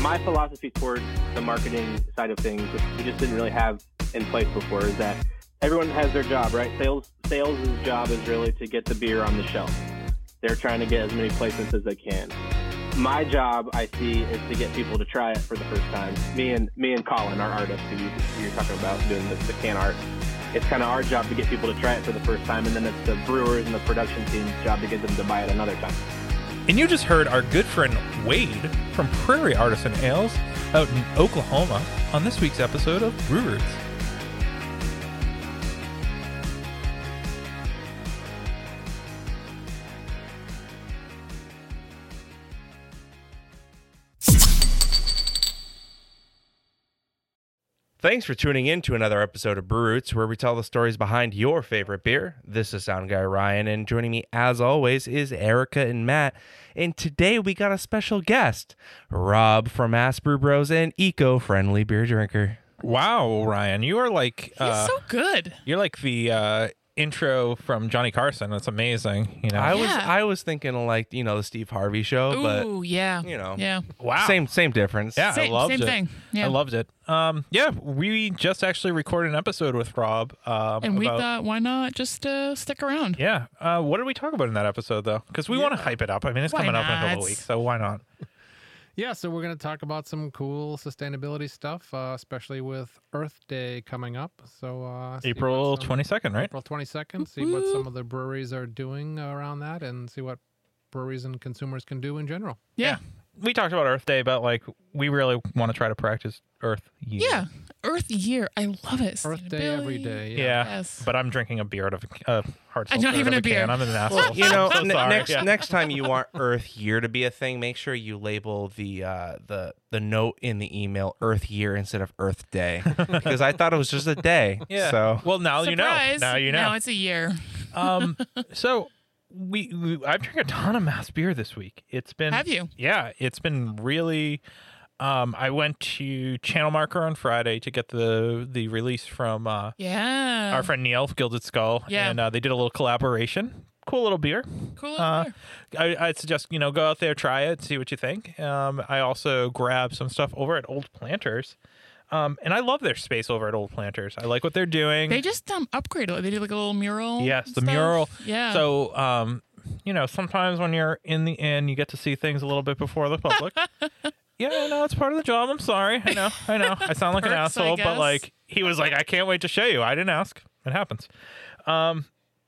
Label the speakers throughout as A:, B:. A: my philosophy towards the marketing side of things, which we just didn't really have in place before, is that everyone has their job, right? Sales sales' job is really to get the beer on the shelf. They're trying to get as many placements as they can. My job, I see, is to get people to try it for the first time. Me and me and Colin, our artist, who, you, who you're talking about doing the, the can art, it's kind of our job to get people to try it for the first time, and then it's the brewers and the production team's job to get them to buy it another time.
B: And you just heard our good friend Wade from Prairie Artisan Ales out in Oklahoma on this week's episode of Brew Roots.
C: Thanks for tuning in to another episode of Brew Roots, where we tell the stories behind your favorite beer. This is Sound Guy Ryan, and joining me, as always, is Erica and Matt. And today we got a special guest, Rob from Mass Brew Bros, an eco-friendly beer drinker.
B: Wow, Ryan, you are like uh,
D: He's so good.
B: you're like the uh, intro from Johnny Carson. That's amazing. You know,
C: I was
D: Yeah.
C: I was thinking of like you know the Steve Harvey show,
B: oh,
D: Ooh, yeah.
C: you know.
D: Yeah.
B: wow,
C: but same same difference.
B: Yeah,
D: Same-
B: I loved
D: same
B: it.
D: thing. Yeah.
B: I loved it. Um, yeah, we just actually recorded an episode with Rob. Um,
D: And we
B: about-
D: thought, why not just uh, stick around?
B: yeah. Uh, what did we talk about in that episode though? Because we want to hype it up. I mean, it's
D: Why
B: coming up in a couple
D: not?
B: weeks, so why not?
E: Yeah, so we're going to talk about some cool sustainability stuff, uh, especially with Earth Day coming up. So uh, see what
B: April
E: some-
B: twenty second, right?
E: April twenty second. See what some of the breweries are doing around that, and see what breweries and consumers can do in general.
D: Yeah.
B: We talked about Earth Day, but like we really want to try to practice Earth. Year.
D: Yeah. Earth Year. I love it.
E: Earth Day every
D: Sustainability.
E: day.
B: Yeah,
D: Yes.
B: but I'm drinking a beer out of a uh, hard
D: I'm
B: seltzer
D: not
B: out
D: even
B: of
D: a beer.
B: Can. I'm an asshole.
C: Well, you know,
B: I'm
C: ne-
B: so sorry.
C: next
B: Yeah.
C: next time you want Earth Year to be a thing, make sure you label the uh, the the note in the email Earth Year instead of Earth Day, because I thought it was just a day.
B: Yeah.
C: So
B: well, now you know.
D: Surprise.
B: Now you know.
D: Now it's a year.
B: um. So we, we I've drank a ton of mass beer this week. It's been
D: Have you?
B: Yeah, it's been really. Um, I went to Channel Marker on Friday to get the the release from uh,
D: Yeah.
B: our friend Neil Gilded Skull,
D: Oh. Yeah.
B: and uh, they did a little collaboration. Cool little beer.
D: cool.
B: Uh,
D: beer.
B: I, I'd suggest you know go out there, try it, see what you think. Um, I also grabbed some stuff over at Old Planters, um, and I love their space over at Old Planters. I like what they're doing.
D: They just um upgraded it. They did like a little mural.
B: yes,
D: and
B: the
D: stuff.
B: mural.
D: Yeah.
B: So, um, you know, sometimes when you're in the inn, you get to see things a little bit before the public. yeah, I know it's part of the job. I'm sorry. I know. I know. I sound like an
D: Perks, I
B: asshole, but
D: guess.
B: like he was like, I can't wait to show you. I didn't ask. It happens. Um,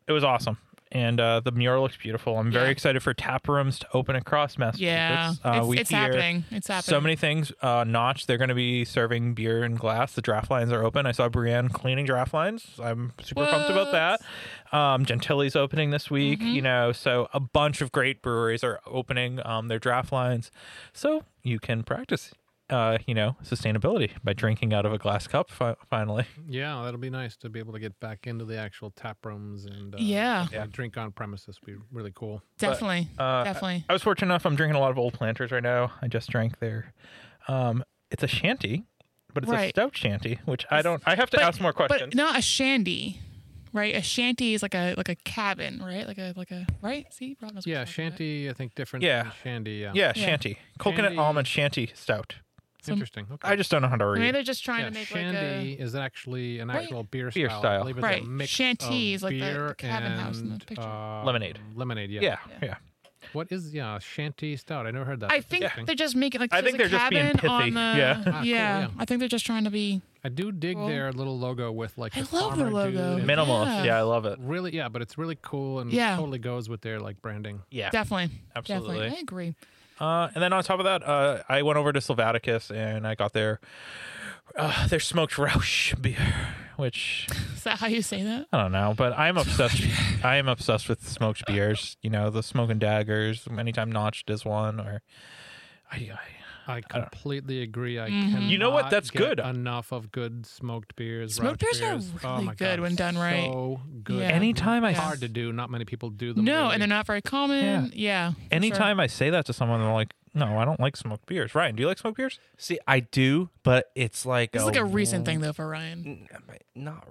B: it was awesome. And uh, the mural looks beautiful. I'm very
D: Yeah.
B: excited for tap rooms to open across Massachusetts.
D: yeah.
B: Uh,
D: it's
B: we
D: it's
B: hear
D: happening. It's happening.
B: So many things. Uh, Notch, they're going to be serving beer in glass. The draft lines are open. I saw Brienne cleaning draft lines. I'm super pumped about
D: What? Mm-hmm.
B: that. Um, Gentili's opening this week. You know, so a bunch of great breweries are opening um, their draft lines, so you can practice. Uh, you know, sustainability by drinking out of a glass cup. Fi- finally,
E: Yeah, that'll be nice to be able to get back into the actual tap rooms and uh,
D: Yeah.
E: and drink on premises. Be really cool.
D: Definitely.
B: uh,
D: Definitely.
B: I was fortunate enough. I'm drinking a lot of old planters right now. I just drank their. Um, it's a shanty, but it's a
D: Right.
B: stout shanty, which I don't. I have to
D: But-
B: ask more questions.
D: But not a shanty, right? A shanty is like a like a cabin, right? Like a like a right. See, Rob knows what
E: Yeah,
D: I'm talking about.
E: shanty. I think different.
B: Yeah.
E: than shandy. Yeah.
B: Yeah,
D: Yeah.
B: shanty. Coconut
E: Shandy.
B: almond shanty stout.
E: Interesting. Okay.
B: I just don't know how to
D: Maybe
B: read.
D: they're just trying
E: yeah,
D: to make
E: shandy
D: like
E: is actually an
D: Right.
E: actual beer style.
B: Beer
E: I
B: style.
E: believe it's
D: Right.
E: a mix
D: Shanty
E: of
D: is like the- the
E: beer
D: cabin house in the
E: and,
D: picture.
E: uh,
B: Lemonade.
E: Lemonade, yeah.
B: Yeah, yeah.
E: What is yeah shanty stout? I never heard that.
D: a. I
E: That's
D: think
E: interesting.
D: they're just making like
B: I
D: there's
B: think
D: a
B: they're just being
D: cabin on
B: pithy.
D: the
B: Yeah.
E: Ah, cool, yeah.
D: I think they're just trying to be
E: I do dig
D: Well-
E: their little logo with like.
D: I
E: the
D: love their
E: farmer dude
D: logo.
E: and-
B: Minimalist.
D: Yeah.
B: Yeah. I love it.
E: Really, yeah, but it's really cool and
D: Yeah.
E: totally goes with their like branding.
B: Yeah.
D: definitely
B: Absolutely.
D: Definitely. I agree.
B: Uh, and then on top of that, uh, I went over to Sylvaticus and I got their uh, their smoked Rausch beer, which
D: Is that how you say that?
B: I don't know, but I'm obsessed. I am obsessed with smoked beers. You know, the smoking daggers. Anytime Notch does one, or I, I
E: I completely agree. I
D: Mhm.
E: can.
B: You know what? That's good.
E: Enough of good smoked beers.
D: Smoked
E: Rauch
D: beers are
E: Oh
D: really
E: my
D: good
E: God,
D: when done right.
E: So good.
D: Yeah.
B: anytime I
D: Yeah.
E: Hard to do. Not many people do them.
D: No,
E: really.
D: and they're not very common. Yeah. for sure.
B: Anytime I say that to someone, they're like, No, I don't like smoked beers. Ryan, do you like smoked beers?
C: See, I do, but it's like
D: This is like a recent thing though for Ryan.
C: N- am I- Not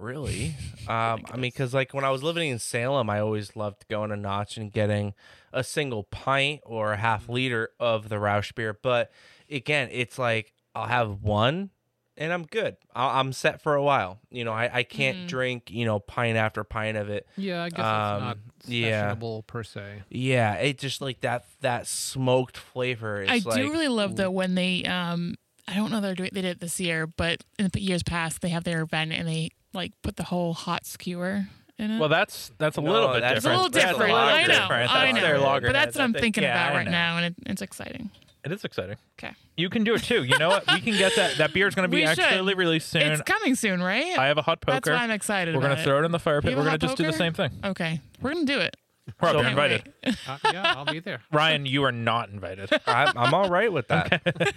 C: really.
D: Oh
C: Um, I mean, because like when I was living in Salem, I always loved going to Notch and getting a single pint or a half liter of the Roush beer. But again, it's like I'll have one and I'm good. I- I'm set for a while. You know, I, I can't
D: Mhm.
C: drink you know pint after pint of it.
E: Yeah, I guess it's
C: Um,
E: not
C: yeah.
E: sessionable per se.
C: Yeah, it just like that that smoked flavor. Is
D: I
C: like,
D: do really love though when they um I don't know they're doing they did it this year, but in the years past they have their event and they like put the whole hot skewer in it.
B: Well, that's that's a
C: No,
B: little bit
C: that's-
B: different.
D: it's a little
B: That's
D: different.
B: lot
D: I know.
B: different.
D: I
B: That's
D: know.
B: their lager
D: but that's
B: heads,
D: what
B: I
D: I'm
B: think.
D: thinking
B: Yeah,
D: about
B: I
D: right
B: know.
D: now, and it, it's exciting.
B: It is exciting.
D: 'Kay.
B: You can do it too. You know what? We can get that. That beer is going to be
D: We should.
B: actually released soon.
D: It's coming soon, right?
B: I have a hot
D: that's
B: poker.
D: why I'm excited.
B: We're
D: about
B: going to throw it in the fire pit.
D: You
B: We're
D: have a
B: going
D: hot
B: to just do the
D: poker?
B: same thing.
D: it. Okay, we're gonna do it.
B: Rob, you're
D: Can't
B: invited.
D: wait.
E: Uh, yeah, I'll be there.
B: Ryan, you are not invited.
C: I'm, I'm all right with that.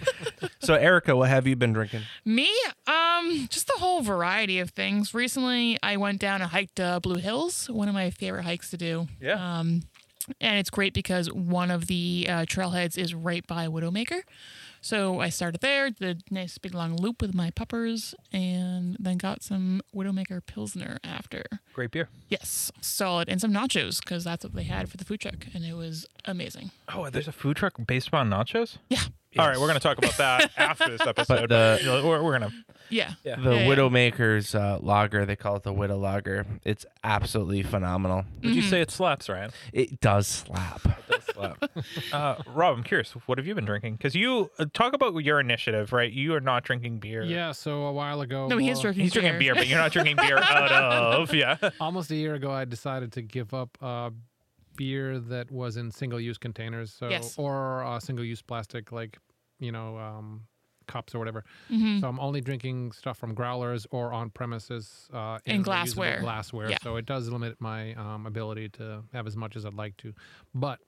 C: so, Erica, what have you been drinking?
D: Me? Um, just the whole variety of things. Recently, I went down and hiked uh, Blue Hills, one of my favorite hikes to do.
C: Yeah.
D: Um, and it's great because one of the uh, trailheads is right by Widowmaker. So I started there, did a nice big long loop with my puppers, and then got some Widowmaker Pilsner after.
B: Great beer.
D: Yes, solid. And some nachos because that's what they had for the food truck, and it was amazing.
B: Oh, there's a food truck based upon nachos.
D: Yeah.
B: All right, we're going to talk about that after this episode.
C: the-
B: but we're, we're going to.
D: Yeah.
B: Yeah.
C: The
D: Yeah, yeah.
C: Widowmaker's uh, lager, they call it the Widow Lager. It's absolutely phenomenal.
B: Would
D: Mm-hmm.
B: you say it slaps, Ryan?
C: It does slap.
B: Uh, Rob, I'm curious. What have you been drinking? Because you uh, talk about your initiative, right? You are not drinking beer.
E: Yeah, so a while ago, uh,
D: No, he is
E: well,
D: drinking
B: He's drinking beer, but you're not drinking beer out of. Yeah.
E: almost a year ago, I decided to give up uh, beer that was in single-use containers, so
D: Yes.
E: or uh, single-use plastic, like you know, um, cups or whatever.
D: Mhm.
E: So I'm only drinking stuff from growlers or on premises uh,
D: And
E: in reusable
D: glassware.
E: Glassware.
D: Yeah.
E: So it does limit my um, ability to have as much as I'd like to, but.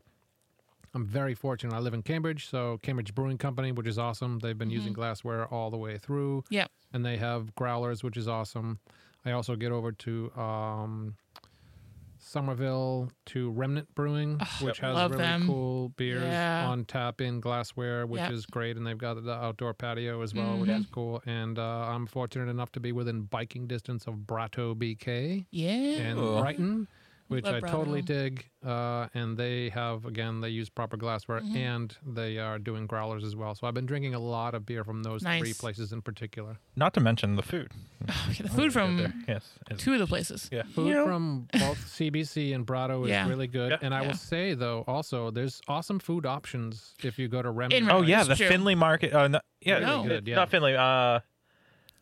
E: I'm very fortunate. I live in Cambridge, so Cambridge Brewing Company, which is awesome. They've been
D: Mm-hmm.
E: using glassware all the way through
D: Yeah.
E: and they have growlers, which is awesome. I also get over to um, Somerville to Remnant Brewing, which has
D: love
E: really
D: them.
E: cool beers
D: Yeah.
E: on tap in glassware, which
D: Yep. Mm-hmm.
E: is great. And they've got the outdoor patio as well, which is cool. And uh, I'm fortunate enough to be within biking distance of Bratto BK
D: Yeah.
E: and
B: Cool.
E: Brighton, which
D: Love
E: I totally
D: Bratto.
E: dig. Uh, and they have, again, they use proper glassware
D: Mm-hmm.
E: and they are doing growlers as well. So I've been drinking a lot of beer from those three
D: Nice.
E: places in particular.
B: Not to mention the food.
D: Okay, the food
B: There.
D: from
B: Yes. It's-
D: two of the places.
B: yeah.
E: Food from both CBC and Brado is
D: Yeah.
E: really good.
B: Yeah.
E: And I
D: Yeah.
E: will say though, also there's awesome food options if you go to Remnant
D: Remnant.
B: Oh yeah,
D: It's
B: the
D: true.
B: Finley Market. Oh no, yeah,
D: Really
E: good, yeah.
B: not Finley. Uh,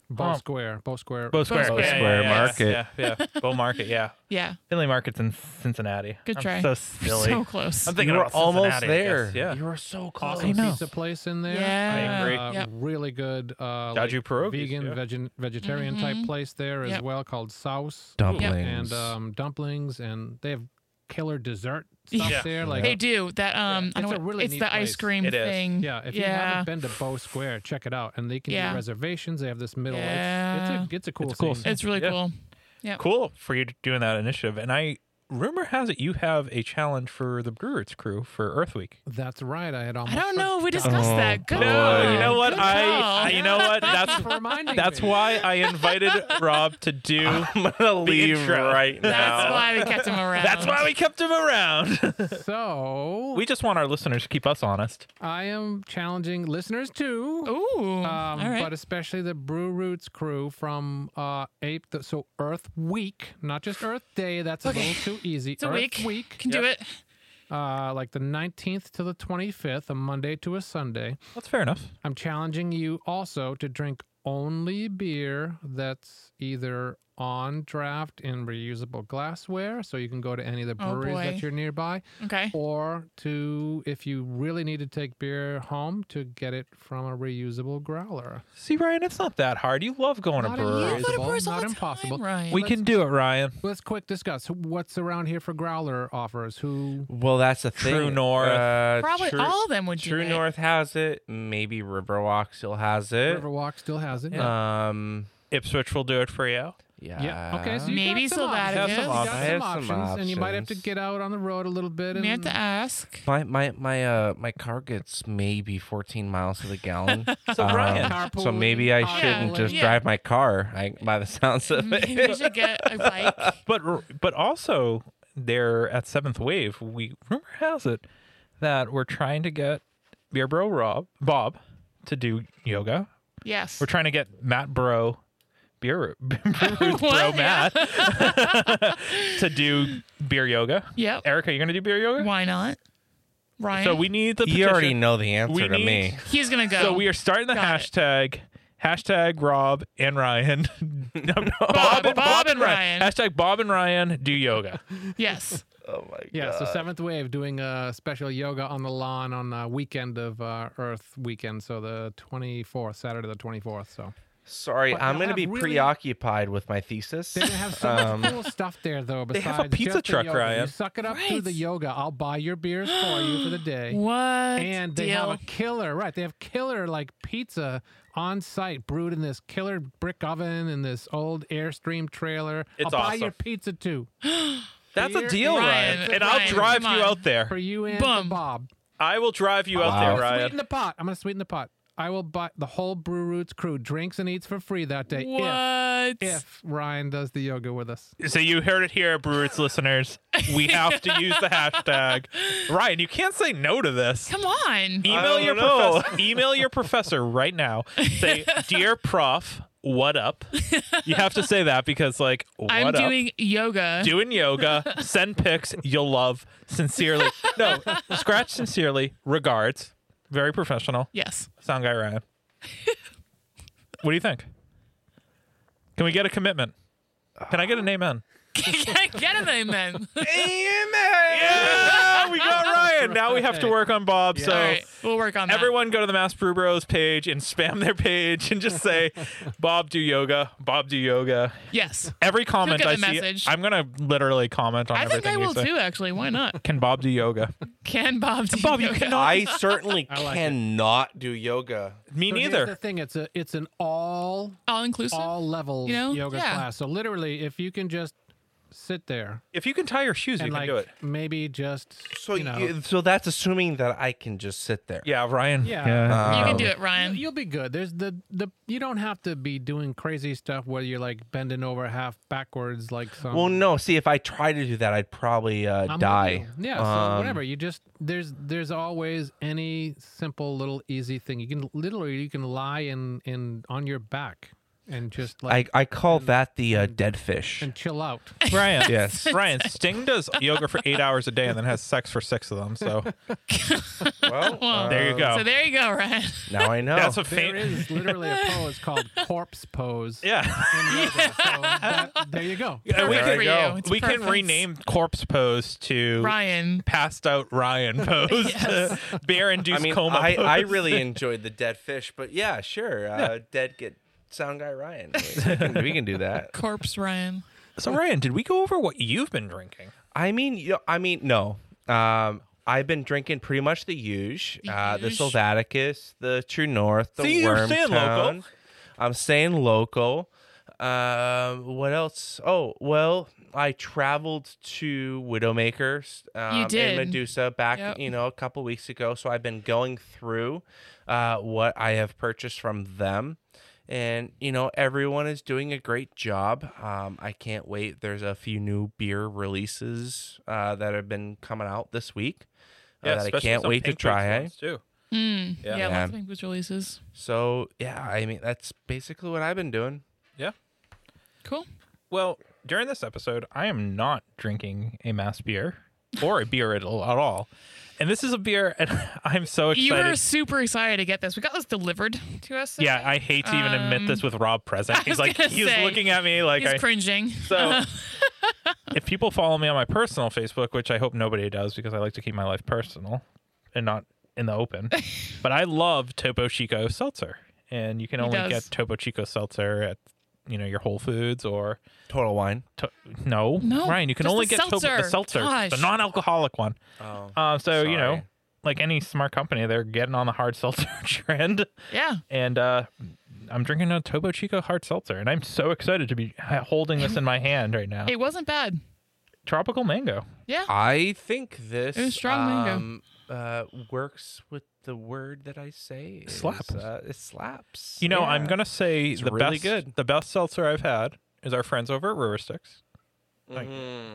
E: Bow
B: Um,
E: Square, Bow Square.
B: Bow Square,
D: Square.
B: Yeah, yeah,
C: Square
B: yeah,
C: Market.
B: Yeah, yeah, yeah. Bow Market. Yeah,
D: Yeah.
B: Finley Market's in Cincinnati.
D: Good
B: I'm
D: try.
B: so silly.
D: So close.
B: I'm thinking
C: you were
B: about
C: almost
B: Cincinnati, I guess.
C: there.
B: Yeah.
C: You were so close.
E: Awesome
B: know.
E: pizza place in there.
D: Yeah.
B: I agree.
E: Uh,
D: Yep.
E: Really good. Uh,
B: Daju pierogies,
E: vegan,
B: yeah.
E: veg- vegetarian type place there as
D: Mm-hmm. Yep.
E: well called Souse and
C: Dumplings.
E: um, dumplings, and they have killer dessert stuff
B: Yeah.
E: there. Like
D: They do that. Um, I
E: It's
D: don't.
E: a really
D: it's
E: neat
D: the
E: place.
D: ice cream
B: It is.
D: thing.
E: Yeah, if you
D: yeah.
E: haven't been to Bow Square, check it out. And they can
D: Yeah.
E: do reservations. They have this middle. It's,
D: Yeah.
E: it's, a, it's a cool
B: It's cool
E: scene.
D: it's really
B: Yeah.
D: cool.
B: Cool for you doing that initiative. And I rumor has it you have a challenge for the Brewers crew for Earth Week.
E: That's right. I had
D: I
E: almost.
D: don't know. if We discussed
C: Oh,
D: that. Good.
C: boy.
D: call.
B: you know what?
D: Good call.
B: I, I you know what?
E: Thank you
B: That's
E: for reminding
B: that's
E: me.
B: why I invited Rob to do.
C: I'm gonna leave
B: intro.
C: right now.
D: That's why we kept him around.
B: That's why we kept him around.
E: So
B: we just want our listeners to keep us honest.
E: I am challenging listeners too,
D: Ooh.
E: um,
D: all right.
E: but especially the Brew Roots crew from uh, Ape. The, so Earth Week, not just Earth Day. That's a
D: Okay.
E: little too easy.
D: it's a
E: Earth
D: week.
E: Week,
D: Can do it.
E: uh, like the 19th to the 25th, a Monday to a Sunday.
B: That's fair enough.
E: I'm challenging you also to drink only beer that's either on draft in reusable glassware, so you can go to any of the
D: Oh,
E: breweries
D: boy.
E: that you're nearby,
D: Okay.
E: or to if you really need to take beer home to get it from a reusable growler.
B: See, Ryan, it's not that hard. You love going to
E: Not
B: breweries.
E: impossible,
D: Not
E: not
D: time,
E: impossible.
D: Ryan.
B: We can do it, Ryan.
E: Let's quick discuss what's around here for growler offers. Who
C: Well, that's the thing.
B: True North.
C: Uh,
D: Probably
C: True,
D: all of them would
C: True
D: do
C: North has it. Maybe
E: Eh.
C: Riverwalk still has it.
E: Riverwalk still has it.
C: Um,
B: Ipswich will do it for you.
C: Yeah.
E: Yeah. Okay. So you
D: Maybe
E: got some options.
D: Sylvaticus.
E: You
B: Have
E: got
B: some
E: some,
C: options.
E: options, and you might have to
C: Options.
E: get out on the road a little bit.
D: We
E: And
D: may have to ask.
C: My my my uh my car gets maybe 14 miles to the gallon.
B: So,
C: Um,
B: Ryan-
C: so
E: Carpooling,
C: maybe I
E: carpooling.
C: shouldn't just
D: Yeah.
C: drive my car. I, by the sounds
E: Mm-hmm.
C: of it.
D: Mm, Maybe we should get a bike.
B: But r- but also there at Seventh Wave, we rumor has it that we're trying to get Beer Bro Rob Bob to do yoga.
D: Yes.
B: We're trying to get Matt Bro Beer Brewer's Bro
D: What? Yeah.
B: Matt to do beer yoga.
D: Yep.
B: Erica, you're gonna do beer yoga?
D: Why not? Ryan.
B: So we need the petition.
C: You already know the answer
B: We
C: to
B: need-
C: me.
D: He's gonna go.
B: So we are starting the
D: Got it.
B: hashtag. Hashtag Rob and Ryan. No, no, Bob,
D: Bob and Ryan.
B: Hashtag Bob and Ryan do yoga.
D: Yes.
C: Oh my god.
E: Yeah, so Seventh Wave doing a special yoga on the lawn on uh weekend of uh, Earth weekend, so the 24th, Saturday the 24th. So
C: Sorry,
E: But
C: I'm
E: they'll
C: going to
E: have
C: be
E: really-
C: preoccupied with my thesis.
E: they have so much cool stuff there, though.
B: Um, they
E: Besides
B: have a pizza
E: just the
B: truck,
E: yoga. You
B: Ryan.
E: suck it up through the
D: Right.
E: yoga. I'll buy your beers for you for the day.
D: What?
E: And they
D: deal?
E: have a killer, right? They have killer like pizza on site, brewed in this killer brick oven in this old Airstream trailer.
B: It's
E: I'll buy
B: awesome.
E: your pizza too
B: That's a
E: Beer
B: deal,
E: and-
B: Ryan.
D: Ryan,
B: And
D: Ryan,
B: I'll drive
D: come
B: you
D: on.
B: out there.
E: for you and
D: Bum.
E: for Bob.
B: I will drive you out
C: Wow.
B: there,
E: Sweeten
B: Ryan.
E: the pot. I'm gonna sweeten the pot. I will buy the whole Brew Roots crew drinks and eats for free that day if
D: What?
E: if Ryan does the yoga with us.
B: So you heard it here, Brewers listeners. We have to use the hashtag. Ryan, you can't say no to this.
D: Come on.
B: Email
C: don't
B: your
C: know.
B: professor. Email your professor right now. Say, dear prof, what up? You have to say that because, like, what
D: I'm
B: up?
D: doing yoga.
B: doing yoga. Send pics. You'll love. Sincerely, no. Scratch. Sincerely, regards. Very professional.
D: yes.
B: Sound guy Ryan. what do you think? Can we get a commitment? Can I get an amen?
D: Get him in then.
B: Yeah, we got Ryan. Now we have to work on Bob. So
D: All right. We'll work on that.
B: everyone go to the Mass Brew Bros page and spam their page and just say, Bob do yoga, Bob do yoga.
D: Yes.
B: Every comment
D: get
B: I
D: the
B: see,
D: message.
B: I'm gonna literally comment on
D: I think
B: everything
D: I
B: you
D: will
B: say.
D: too. Actually, why not?
B: Can Bob do yoga?
D: Can Bob do
B: Bob, you
D: yoga?
B: cannot-
C: I certainly
E: like it.
C: cannot do yoga.
B: Me
E: So here's
B: neither.
E: The thing it's a it's an all
D: All inclusive.
E: all levels
D: You know?
E: yoga
D: Yeah.
E: class. So literally, if you can just sit there
B: if you can tie your shoes, you
E: and
B: can
E: like
B: do it.
E: maybe just
C: So
E: you know
C: you- so that's assuming that I can just sit there.
B: Yeah, Ryan.
E: Yeah.
D: you can
B: Oh.
C: Um,
D: do it, Ryan.
E: You'll be good. There's the the you don't have to be doing crazy stuff where you're like bending over half backwards like some.
C: Well, no. See, if I try to do that, I'd probably uh,
E: I'm with
C: die.
E: you. Yeah.
C: Um,
E: so whatever. You just there's there's always any simple little easy thing you can literally you can lie in in on your back and just
C: I,
E: like
C: I call that the uh, dead fish.
E: and chill out.
B: Ryan.
C: Yes.
B: Ryan, Sting does yoga for eight hours a day and then has sex for six of them. So
C: well, uh,
B: there you go.
D: so there you go, Ryan.
C: Now I know.
B: That's a
E: There
B: faint.
E: is literally a pose called corpse pose.
B: Yeah.
E: in yoga. So that- there you go.
B: And we
D: Perfect
B: can,
D: for you. It's
B: we can
D: perfect.
B: rename corpse pose to
D: Ryan.
B: passed out Ryan pose, bear induced
C: I mean,
B: coma.
C: I,
B: pose.
C: I really enjoyed the dead fish, but yeah, sure. Uh, Dead get sound guy Ryan. We can, we can do that.
D: Corpse Ryan.
B: so Ryan, did we go over what you've been drinking?
C: I mean, you I mean, no. Um, I've been drinking pretty much the huge,
D: The
C: uh, the
D: huge.
C: Sylvaticus, the True North, the
B: See, you're saying
C: Wormtongue.
B: local.
C: I'm saying local. Um, what else? Oh, well, I traveled to Widowmaker um,
D: did.
C: in Medusa back,
D: Yep.
C: you know, a couple weeks ago. So I've been going through uh, what I have purchased from them. And, you know, everyone is doing a great job. Um, I can't wait. There's a few new beer releases uh, that have been coming out this week uh, that I
B: especially
C: can't
B: some
C: wait to
B: Pink
C: try.
B: Floyd's
C: eh?
B: ones, Too.
D: Mm.
B: Yeah.
D: Yeah.
C: Yeah.
D: Lots of English releases.
C: So, yeah, I mean, that's basically what I've been doing.
D: Cool.
B: Well, during this episode, I am not drinking a mass beer or a beer at all. at all. And this is a beer, and I'm so excited.
D: You were super excited to get this. We got this delivered to us.
B: Yeah, I hate to even admit this with Rob present. He's
D: um, was
B: like,
D: gonna
B: he's
D: say,
B: looking at me like,
D: He's
B: I,
D: cringing.
B: so. if people follow me on my personal Facebook, which I hope nobody does because I like to keep my life personal and not in the open, but I love Topo Chico seltzer, and you can
D: He
B: only
D: does.
B: get Topo Chico seltzer at you know your Whole Foods or
C: Total wine.
B: to- no,
D: No,
B: Ryan, you can
D: just
B: only
D: the
B: get Topo, the
D: seltzer.
B: seltzer, the
D: Gosh.
B: non-alcoholic one.
C: Oh.
B: Uh, so you know,
C: Sorry.
B: like any smart company, they're getting on the hard seltzer trend
D: yeah.
B: and uh I'm drinking a Tobo Chico hard seltzer, and I'm so excited to be ha- holding this in my hand right now.
D: It wasn't bad.
B: Tropical mango.
D: Yeah.
C: I think this
D: It was strong mango.
C: um, uh, works with the word that I say. is,
B: Slaps.
C: uh, it slaps.
B: You know, I'm
C: Yeah.
B: gonna say
C: It's
B: the
C: really
B: best
C: good.
B: the best seltzer I've had is our friends over at Brewer Sticks. Like,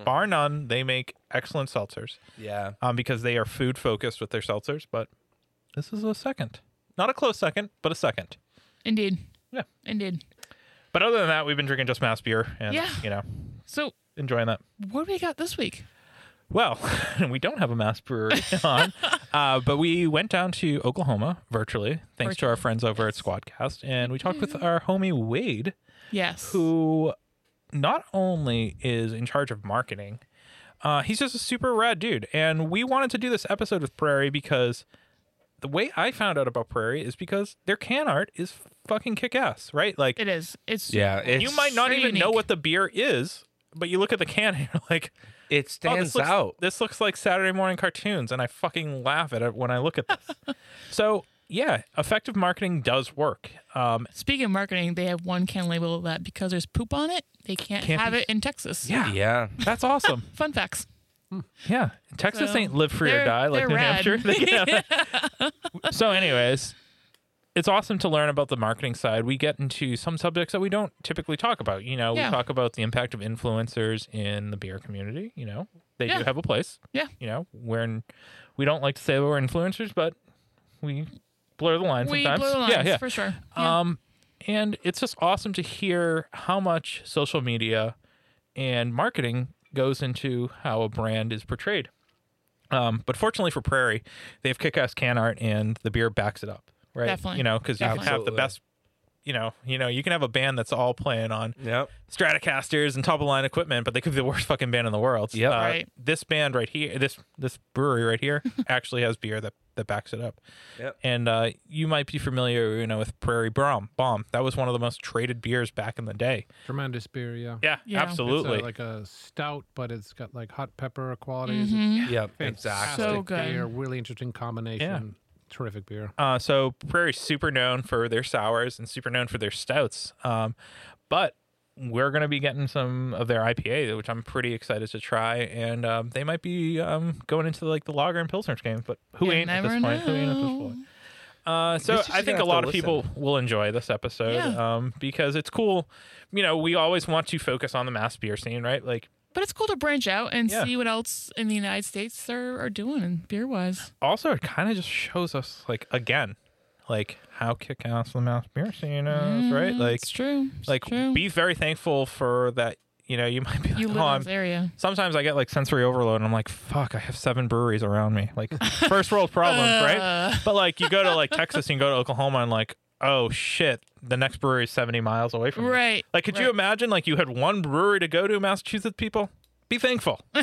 B: Bar none, they make excellent seltzers.
C: Yeah.
B: Um, because they are food focused with their seltzers, but this is a second. Not a close second, but a second.
D: Indeed.
B: Yeah.
D: Indeed.
B: But other than that, we've been drinking just mass beer and
D: Yeah.
B: you know,
D: So
B: enjoying that.
D: what do we got this week?
B: Well, we don't have a mass brewery on, uh, but we went down to Oklahoma virtually, thanks to our friends over at Squadcast, and we talked with
D: Mm-hmm.
B: our homie Wade,
D: Yes.
B: who not only is in charge of marketing, uh, he's just a super rad dude. And we wanted to do this episode with Prairie because the way I found out about Prairie is because their can art is fucking kick ass, right? Like,
D: It is. It's
C: Yeah. It's,
B: you might not
D: very
B: even know
D: unique.
B: what the beer is, but you look at the can and you're like,
C: It
B: Oh,
C: stands
B: this looks,
C: out.
B: This looks like Saturday morning cartoons, and I fucking laugh at it when I look at this. so yeah, effective marketing does work. Um,
D: Speaking of marketing, they have one can label that because there's poop on it, they can't,
B: Can't
D: have
B: be-
D: it in Texas.
B: yeah,
C: Yeah.
B: that's awesome.
D: Fun facts.
B: Yeah, Texas
D: So,
B: ain't live free or
D: they're-
B: die like
D: they're
B: New
D: rad.
B: Hampshire. They can have it. so, anyways, it's awesome to learn about the marketing side. We get into some subjects that we don't typically talk about. You know,
D: Yeah.
B: we talk about the impact of influencers in the beer community. You know, they
D: Yeah.
B: do have a place.
D: Yeah.
B: You know, we're we don't like to say that we're influencers, but we blur the line
D: We
B: sometimes.
D: blew the lines
B: yeah, yeah.
D: for sure. Yeah.
B: Um, and it's just awesome to hear how much social media and marketing goes into how a brand is portrayed. Um, but fortunately for Prairie, they have kick-ass can art, and the beer backs it up, right?
D: Definitely.
B: You know, because you can have the
C: Absolutely.
B: best. You know, you know, you can have a band that's all playing on
C: Yep.
B: Stratocasters and top of line equipment, but they could be the worst fucking band in the world.
C: Yep.
B: Uh,
D: Right.
B: This band right here, this this brewery right here, actually has beer that that backs it up.
C: Yep.
B: And uh, you might be familiar, you know, with Prairie Bomb. Bomb. That was one of the most traded beers back in the day.
E: Tremendous beer, yeah.
B: Yeah,
D: Yeah.
B: absolutely.
E: It's uh, like a stout, but it's got like hot pepper qualities.
C: Yep.
E: It's
C: Exactly.
E: fantastic
D: Mm-hmm. So good.
E: Beer, really interesting combination. Terrific beer.
B: Uh, so Prairie's super known for their sours and super known for their stouts. Um, but we're going to be getting some of their IPA, which I'm pretty excited to try. And um, they might be um, going into like the lager and pilsners game, but who
D: You
B: ain't at this
D: never
B: point? Who ain't at this
D: know.
B: point? Uh, so
C: Guess you're
B: I think
C: just gonna
B: a
C: have
B: lot
C: to
B: of people will enjoy this episode
D: Yeah.
B: um, because it's cool. You know, we always want to focus on the mass beer scene, right? Like
D: but it's cool to branch out and
B: Yeah.
D: see what else in the United States are, are doing beer wise.
B: also it kind of just shows us like again like how kick-ass the mass beer scene is right like
D: it's true. It's
B: like
D: true.
B: be very thankful for that you know you might be like
D: you live
B: oh,
D: in
B: I'm,
D: this area.
B: sometimes i get like sensory overload and i'm like fuck i have seven breweries around me like first world
D: Uh.
B: problems right but like you go to like texas and you go to oklahoma and like oh shit the next brewery is 70 miles away from me.
D: Right.
B: like could you
D: right.
B: imagine like you had one brewery to go to massachusetts people be thankful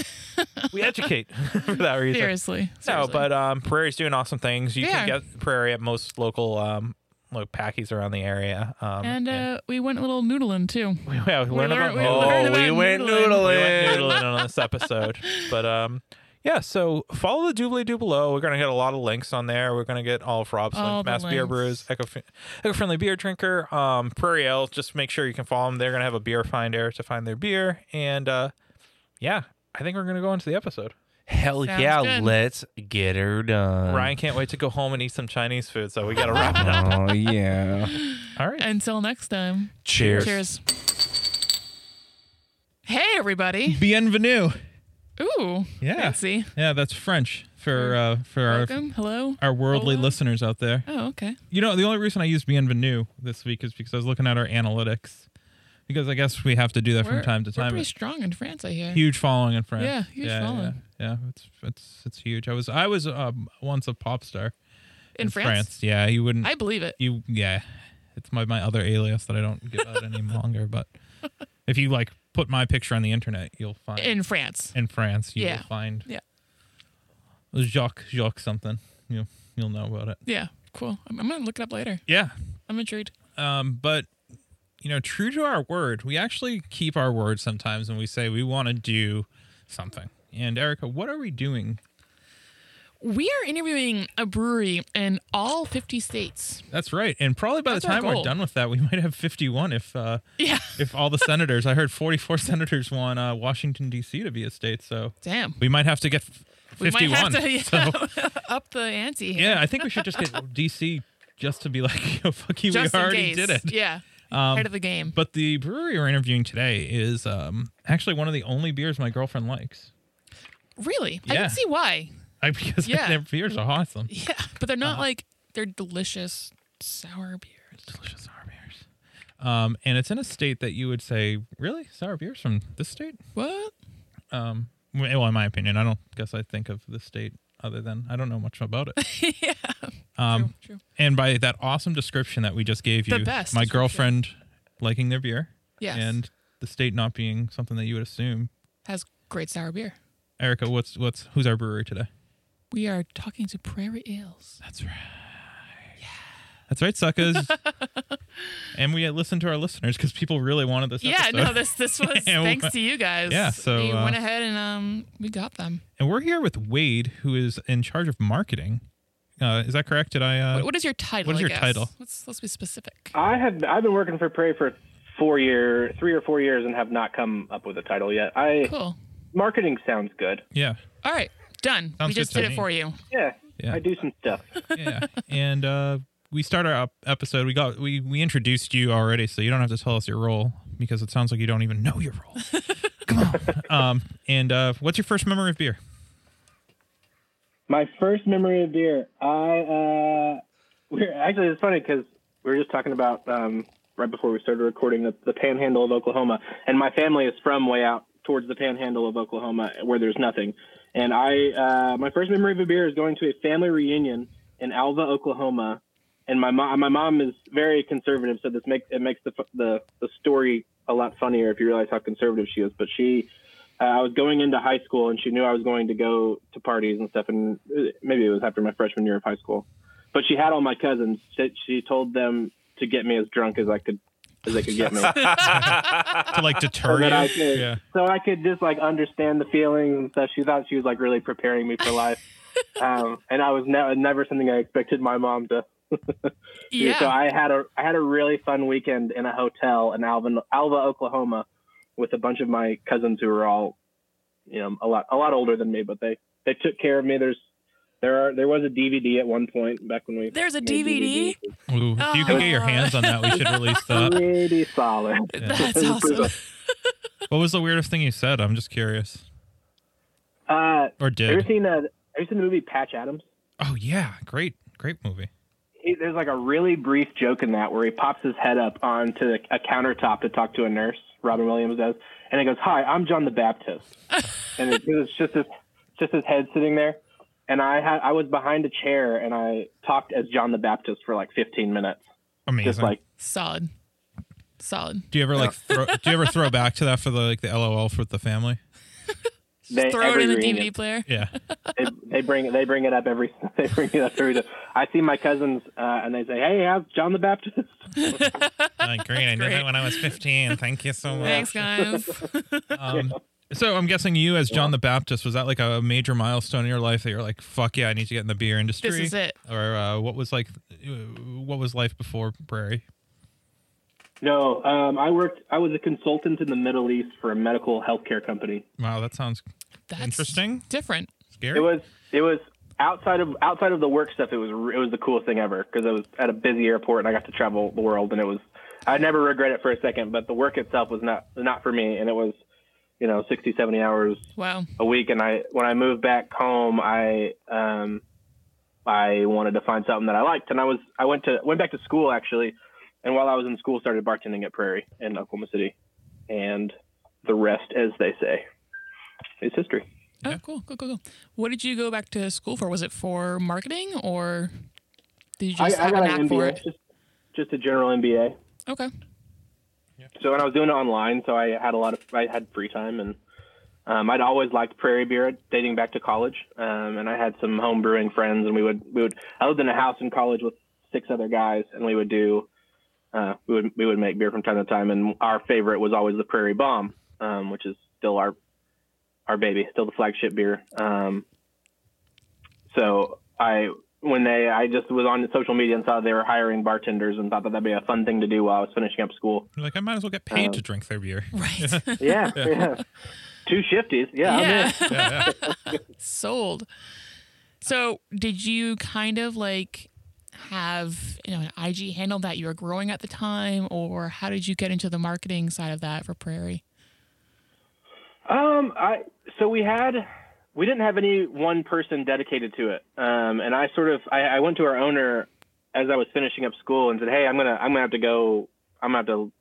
B: we educate for that reason
D: Seriously.
B: no,
D: seriously.
B: but um, Prairie's doing awesome things. You
D: They
B: can
D: are.
B: get Prairie at most local um, like packies around the area. Um,
D: and uh, we went a little noodling too.
B: we, yeah, we
D: we
B: learned
D: learned-
B: about
D: we
B: oh,
D: learned
C: Oh,
D: about
C: we went
D: noodling.
B: we went
C: noodling.
B: noodling on this episode. But um, yeah, so follow the doobly doo below. We're gonna get a lot of links on there. We're gonna get all of Rob's
D: All
B: links,
D: the
B: Mass Beer Brews,
D: links.
B: Eco Eco Friendly Beer Drinker, um, Prairie Ale. Just make sure you can follow them. They're gonna have a beer finder to find their beer. And uh, yeah, I think we're gonna go into the episode.
C: Hell
D: Sounds
C: yeah.
D: good.
C: Let's get her done.
B: Ryan can't wait to go home and eat some Chinese food, so we gotta wrap it up.
C: Oh yeah.
B: All right.
D: Until next time.
C: Cheers.
D: Cheers. Hey everybody.
B: Bienvenue.
D: Ooh.
B: Yeah.
D: Fancy.
B: Yeah, that's French for uh, for our,
D: Mm. Welcome. Hello.
B: our worldly
D: Hola.
B: listeners out there.
D: Oh, okay.
B: You know, the only reason I used Bienvenue this week is because I was looking at our analytics. Because I guess we have to do that
D: We're-
B: from time to
D: We're
B: time.
D: pretty strong in France, I hear.
B: Huge following in France.
D: Yeah, huge following.
B: Yeah, yeah, it's it's it's huge. I was I was um, once a pop star
D: in, France?
B: Yeah, you wouldn't.
D: I believe it.
B: you yeah it's my, my other alias that i don't give out any longer but if you like put my picture on the internet you'll find in,
D: In France.
B: france you'll
D: Yeah.
B: find
D: Yeah.
B: jacques jacques something you you'll know about it
D: Yeah. Cool. I'm, I'm gonna look it up later.
B: yeah
D: I'm intrigued.
B: um but you know true to our word we actually keep our word sometimes and we say we want to do something and erica what are we doing
D: We are interviewing a brewery in all 50 states.
B: That's right. And probably by
D: That's
B: the
D: our
B: time we're
D: goal.
B: done with that, we might have 51 if uh,
D: Yeah.
B: if all the senators. I heard 44 senators want uh, Washington D.C. to be a state, so
D: Damn.
B: we might have to get f-
D: We
B: 51.
D: might have to yeah,
B: So
D: up the ante.
B: yeah, I think we should just get D.C. just to be like, oh, fuck you,
D: Just
B: we
D: in
B: already
D: case.
B: did it. Um,
D: Yeah. Head of the game.
B: But the brewery we're interviewing today is um, actually one of the only beers my girlfriend likes.
D: Really? I
B: Yeah.
D: can see why.
B: I, because
D: Yeah.
B: their beers are awesome.
D: Yeah. But they're
B: Uh-huh.
D: not like, they're delicious sour beers.
B: Delicious sour beers. Um, and it's in a state that you would say, really? Sour beers from this state?
D: What?
B: Um, well, in my opinion, I don't guess I think of the state other than I don't know much about it.
D: yeah.
B: Um,
D: True.
B: and by that awesome description that we just gave
D: The
B: you,
D: best
B: my
D: description.
B: girlfriend liking their beer
D: Yes.
B: and the state not being something that you would assume.
D: Has great sour beer.
B: Erica, what's what's who's our brewery today?
D: We are talking to Prairie Ales.
B: That's right. That's right, suckers. and we listened to our listeners because people really wanted this.
D: Yeah,
B: episode.
D: no, this this was
B: And we-
D: thanks to you guys.
B: Yeah, so,
D: we
B: uh,
D: went ahead and um we got them.
B: And we're here with Wade, who is in charge of marketing. Uh, is that correct? Did I? Uh,
D: What- what is your title?
B: what is your
D: I guess?
B: title?
D: Let's let's be specific.
A: I have I've been working for Prairie for four year, three or four years, and have not come up with a title yet. I
D: Cool.
A: marketing sounds good.
B: yeah.
D: All right, done.
B: Sounds
D: we just
B: good to
D: did it
B: me.
D: for you.
A: Yeah,
B: Yeah.
A: I do some stuff.
B: yeah and uh we start our op- episode we got we we introduced you already so you don't have to tell us your role because it sounds like you don't even know your role come on um and uh what's your first memory of beer
A: My first memory of beer, I uh, we're actually it's funny because we were just talking about um, right before we started recording the, the Panhandle of Oklahoma, and my family is from way out towards the Panhandle of Oklahoma where there's nothing. And I, uh, my first memory of a beer is going to a family reunion in Alva, Oklahoma, and my mom, my mom is very conservative, so this makes it makes the f- the the story a lot funnier if you realize how conservative she is. But she uh, I was going into high school, and she knew I was going to go to parties and stuff. And uh, maybe it was after my freshman year of high school, but she had all my cousins. She, she told them to get me as drunk as I could, as they could get me, so
B: to like deter
A: that I
B: you
A: could,
B: yeah
A: so I could just like understand the feelings and stuff. She thought she was like really preparing me for life, um, and I was ne- never something I expected my mom to
D: Yeah.
A: so I had a I had a really fun weekend in a hotel in Alva, Alva, Oklahoma, with a bunch of my cousins who were all, you know, a lot a lot older than me, but they they took care of me. There's there are there was a DVD at one point back when we
D: There's a
A: made
D: DVD?
A: DVDs.
B: Ooh, if you can get your hands on that we should release that
A: Pretty solid.
D: That's awesome.
B: what was the weirdest thing you said i'm just curious
A: Uh,
B: or
A: ever
B: did
A: seen a, Have you seen the movie Patch Adams?
B: oh yeah great great movie
A: He, there's like a really brief joke in that where he pops his head up onto the, a countertop to talk to a nurse. Robin Williams does, and he goes, "Hi, I'm John the Baptist," and it, it's just his, it's just his head sitting there. And I had I was behind a chair and I talked as John the Baptist for like 15 minutes,
B: amazing
A: just like
D: Solid. Solid.
B: do you ever like throw, do you ever throw back to that for the like the lol for the family
A: they,
D: Throw it
A: every
D: in the
A: reunion.
D: DVD player.
B: yeah
A: they, they bring they bring it up every they bring it up every. Day. I see my cousins uh, and they say, "Hey, how's John the Baptist?"
B: i agree i did
D: Great.
B: that when i was 15 thank you so much
D: Thanks, guys.
B: Um, so I'm guessing you, as John the Baptist, was that like a major milestone in your life that you're like, "Fuck yeah, I need to get in the beer industry."
D: This is it.
B: Or uh, what was like, uh, what was life before Prairie?
A: No, um, I worked. I was a consultant in the Middle East for a medical healthcare company.
B: Wow, that sounds
D: That's
B: Interesting.
D: Different.
B: scary.
A: It was it was outside of outside of the work stuff. It was r- it was the coolest thing ever because I was at a busy airport and I got to travel the world and it was I never regret it for a second. But the work itself was not not for me and it was you know 60, 70 hours
D: Wow.
A: a week. And I when I moved back home, I um I wanted to find something that I liked and I was I went to went back to school actually, and while I was in school, started bartending at Prairie in Oklahoma City, and the rest, as they say, is history.
D: Oh, cool, cool, cool, cool. What did you go back to school for? Was it for marketing or did you just have a knack for it?
A: Just, just a general MBA.
D: Okay.
A: So when I was doing it online, so I had a lot of I had free time, and um, I'd always liked prairie beer dating back to college. Um, and I had some home brewing friends, and we would we would I lived in a house in college with six other guys, and we would do uh, we would we would make beer from time to time, and our favorite was always the Prairie Bomb, um, which is still our our baby, still the flagship beer. Um, So I when they I just was on social media and saw they were hiring bartenders and thought that that'd be a fun thing to do while I was finishing up school.
B: You're like, I might as well get paid
A: Um,
B: to drink their beer.
D: Right.
B: Yeah.
A: Yeah, yeah. Two shifties. Yeah, I'm in.
B: Yeah, yeah.
D: Sold. So, did you kind of like have you know an IG handle that you were growing at the time, or how did you get into the marketing side of that for Prairie?
A: Um, I so we had we didn't have any one person dedicated to it. Um, and I sort of I, I went to our owner as I was finishing up school and said, "Hey, I'm gonna I'm gonna have to go. I'm gonna have to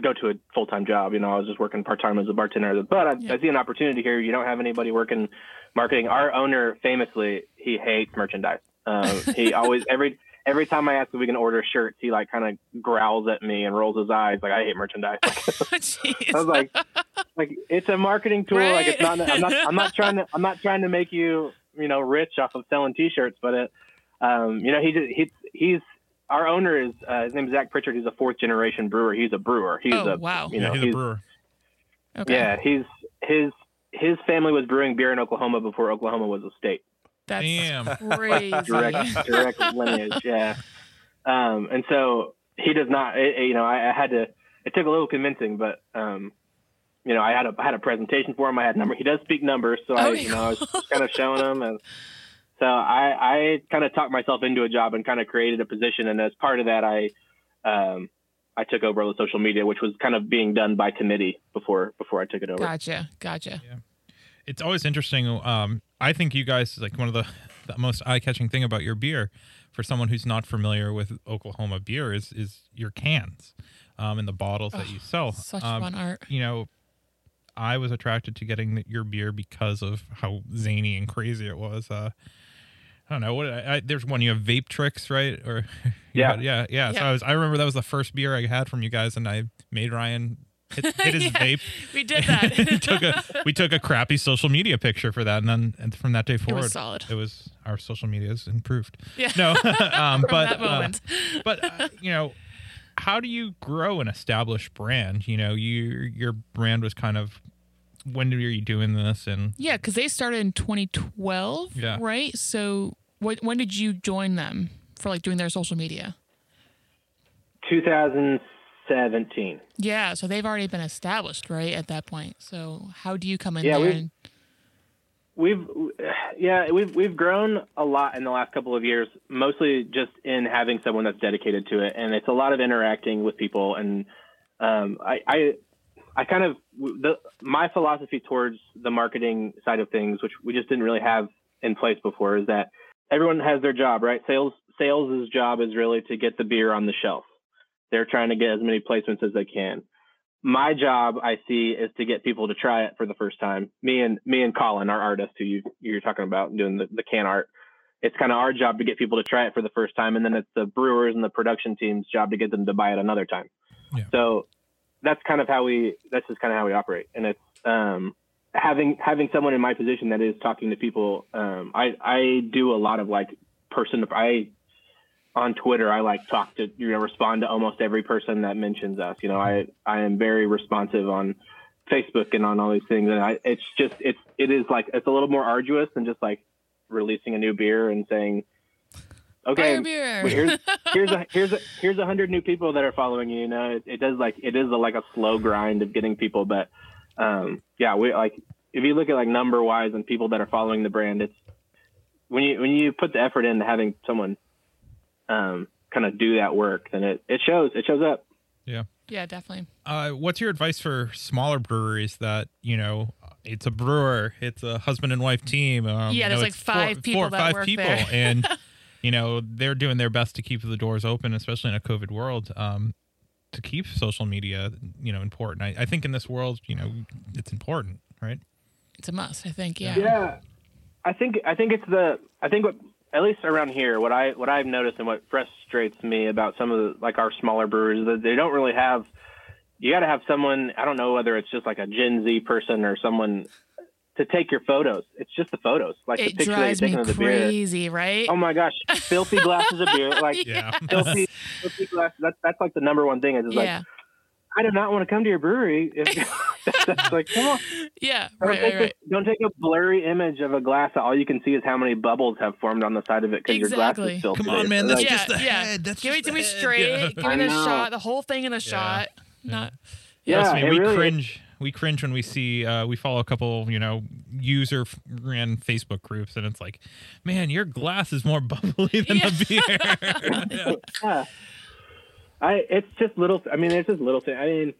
A: go to a full time job. You know, I was just working part time as a bartender, but I,
D: Yeah.
A: I see an opportunity here. You don't have anybody working marketing. Our owner famously he hates merchandise. Um, he always every every time I ask if we can order shirts, he like kind of growls at me and rolls his eyes like I hate merchandise.
D: Jeez.
A: I was like, like it's a marketing tool. Like it's
D: Right.
A: not. I'm not. I'm not trying to. I'm not trying to make you, you know, rich off of selling T-shirts. But it, um, you know, he just he he's our owner is uh, his name is Zach Pritchard. He's a fourth generation brewer. He's a brewer. He's
D: oh
A: a
D: wow.
A: you know
B: he's, a
A: he's-
B: brewer.
D: Okay.
A: yeah. He's his his family was brewing beer in Oklahoma before Oklahoma was a state.
D: That's
B: Damn.
D: crazy.
A: direct direct lineage. Yeah. Um, and so he does not. It, it- you know, I, I had to. It took a little convincing, but um, you know, I had a I had a presentation for him. I had number. He does speak numbers, so I
D: Oh,
A: you know I was just kind of showing him, and so I I kind of talked myself into a job and kind of created a position, and as part of that, I um, I took over all the social media, which was kind of being done by committee before before I took it over.
D: Gotcha. Gotcha.
B: it's always interesting. Um, I think you guys like one of the, the most eye-catching thing about your beer, for someone who's not familiar with Oklahoma beer, is is your cans, um, and the bottles that you sell.
D: Such
B: um,
D: fun art.
B: You know, I was attracted to getting the, your beer because of how zany and crazy it was. Uh, I don't know what I, I, there's one you have vape tricks right or you
A: Yeah.
B: had- yeah yeah so
D: Yeah.
B: I was I remember that was the first beer I had from you guys and I made Ryan hit, hit his
D: Yeah.
B: vape
D: We did
B: we
D: that.
B: took a we took a crappy social media picture for that, and then and from that day
D: it
B: forward,
D: was solid.
B: it was- our social media has improved.
D: Yeah.
B: No, um,
D: From
B: but
D: that moment.
B: uh, but uh, you know, how do you grow an established brand? You know, you your brand was kind of when were you doing this, and
D: yeah, because they started in 2012.
B: Yeah.
D: Right. So, what, when did you join them for like doing their social media?
A: 2017.
D: Yeah, so they've already been established, right, at that point. So how do you come in
A: Yeah,
D: there?
A: we-
D: And,
A: We've yeah, we've we've grown a lot in the last couple of years, mostly just in having someone that's dedicated to it, and it's a lot of interacting with people. And um, I, I I kind of the my philosophy towards the marketing side of things, which we just didn't really have in place before, is that everyone has their job, right? Sales sales's job is really to get the beer on the shelf. They're trying to get as many placements as they can my job I see is to get people to try it for the first time. Me and me and Colin, our artist who you you're talking about doing the, the can art. It's kind of our job to get people to try it for the first time, and then it's the brewers and the production team's job to get them to buy it another time.
B: Yeah.
A: So that's kind of how we that's just kind of how we operate, and it's um, having having someone in my position that is talking to people. Um, I I do a lot of like person I on Twitter, I like talk to you know respond to almost every person that mentions us. You know, I I am very responsive on Facebook and on all these things, and I it's just it's it is like it's a little more arduous than just like releasing a new beer and saying,
D: Buy
A: okay,
D: your beer.
A: well, here's here's a here's a here's a hundred new people that are following you. You know, it, it does like it is a, like a slow grind of getting people, but um, yeah, we like if you look at like number wise and people that are following the brand, it's when you when you put the effort into having someone um, kind of do that work, then it it shows it shows up.
D: yeah, definitely.
B: uh, what's your advice for smaller breweries that you know? It's a brewer. It's a husband and wife team. Um,
D: Yeah,
B: you
D: there's
B: know,
D: like
B: it's
D: five
B: four,
D: people
B: four or
D: that
B: five
D: work
B: people,
D: there.
B: and you know they're doing their best to keep the doors open, especially in a COVID world. Um, to keep social media, you know, important. I, I think in this world, you know, it's important, right?
D: It's a must, I think. Yeah.
A: Yeah, I think I think it's the I think what at least around here what I what I've noticed and what frustrates me about some of the, like our smaller brewers is that they don't really have you got to have someone I don't know whether it's just like a Gen Z person or someone to take your photos. It's just the photos, like the
D: It
A: picture that you're
D: drives me
A: taking of the beer.
D: crazy, right?
A: Oh my gosh, filthy glasses of beer, like
B: Yeah.
A: filthy, filthy glasses. That's that's like the number one thing. Is it's like
D: yeah.
A: I do not want to come to your brewery. If, That's like, come on.
D: Yeah,
A: Don't,
D: right,
A: take
D: right, right.
A: A, don't take a blurry image of a glass that all you can see is how many bubbles have formed on the side of it because your glass
D: Exactly.
A: is still
B: Come on, man, that's
A: Like,
D: yeah,
B: just the
D: yeah.
B: head. That's
D: Give
B: just
D: it to
B: the
D: me
B: head.
D: straight.
B: Yeah.
D: Give
A: I
D: it a
A: know.
D: shot. The whole thing in a shot. Not
A: yeah,
B: Trust me,
A: it
B: we
A: really-
B: cringe. We cringe when we see uh, we follow a couple, you know, user ran Facebook groups, and it's like, man, your glass is more bubbly than the beer. Yeah.
A: Yeah. I it's just little. I mean, it's just little thing. I mean,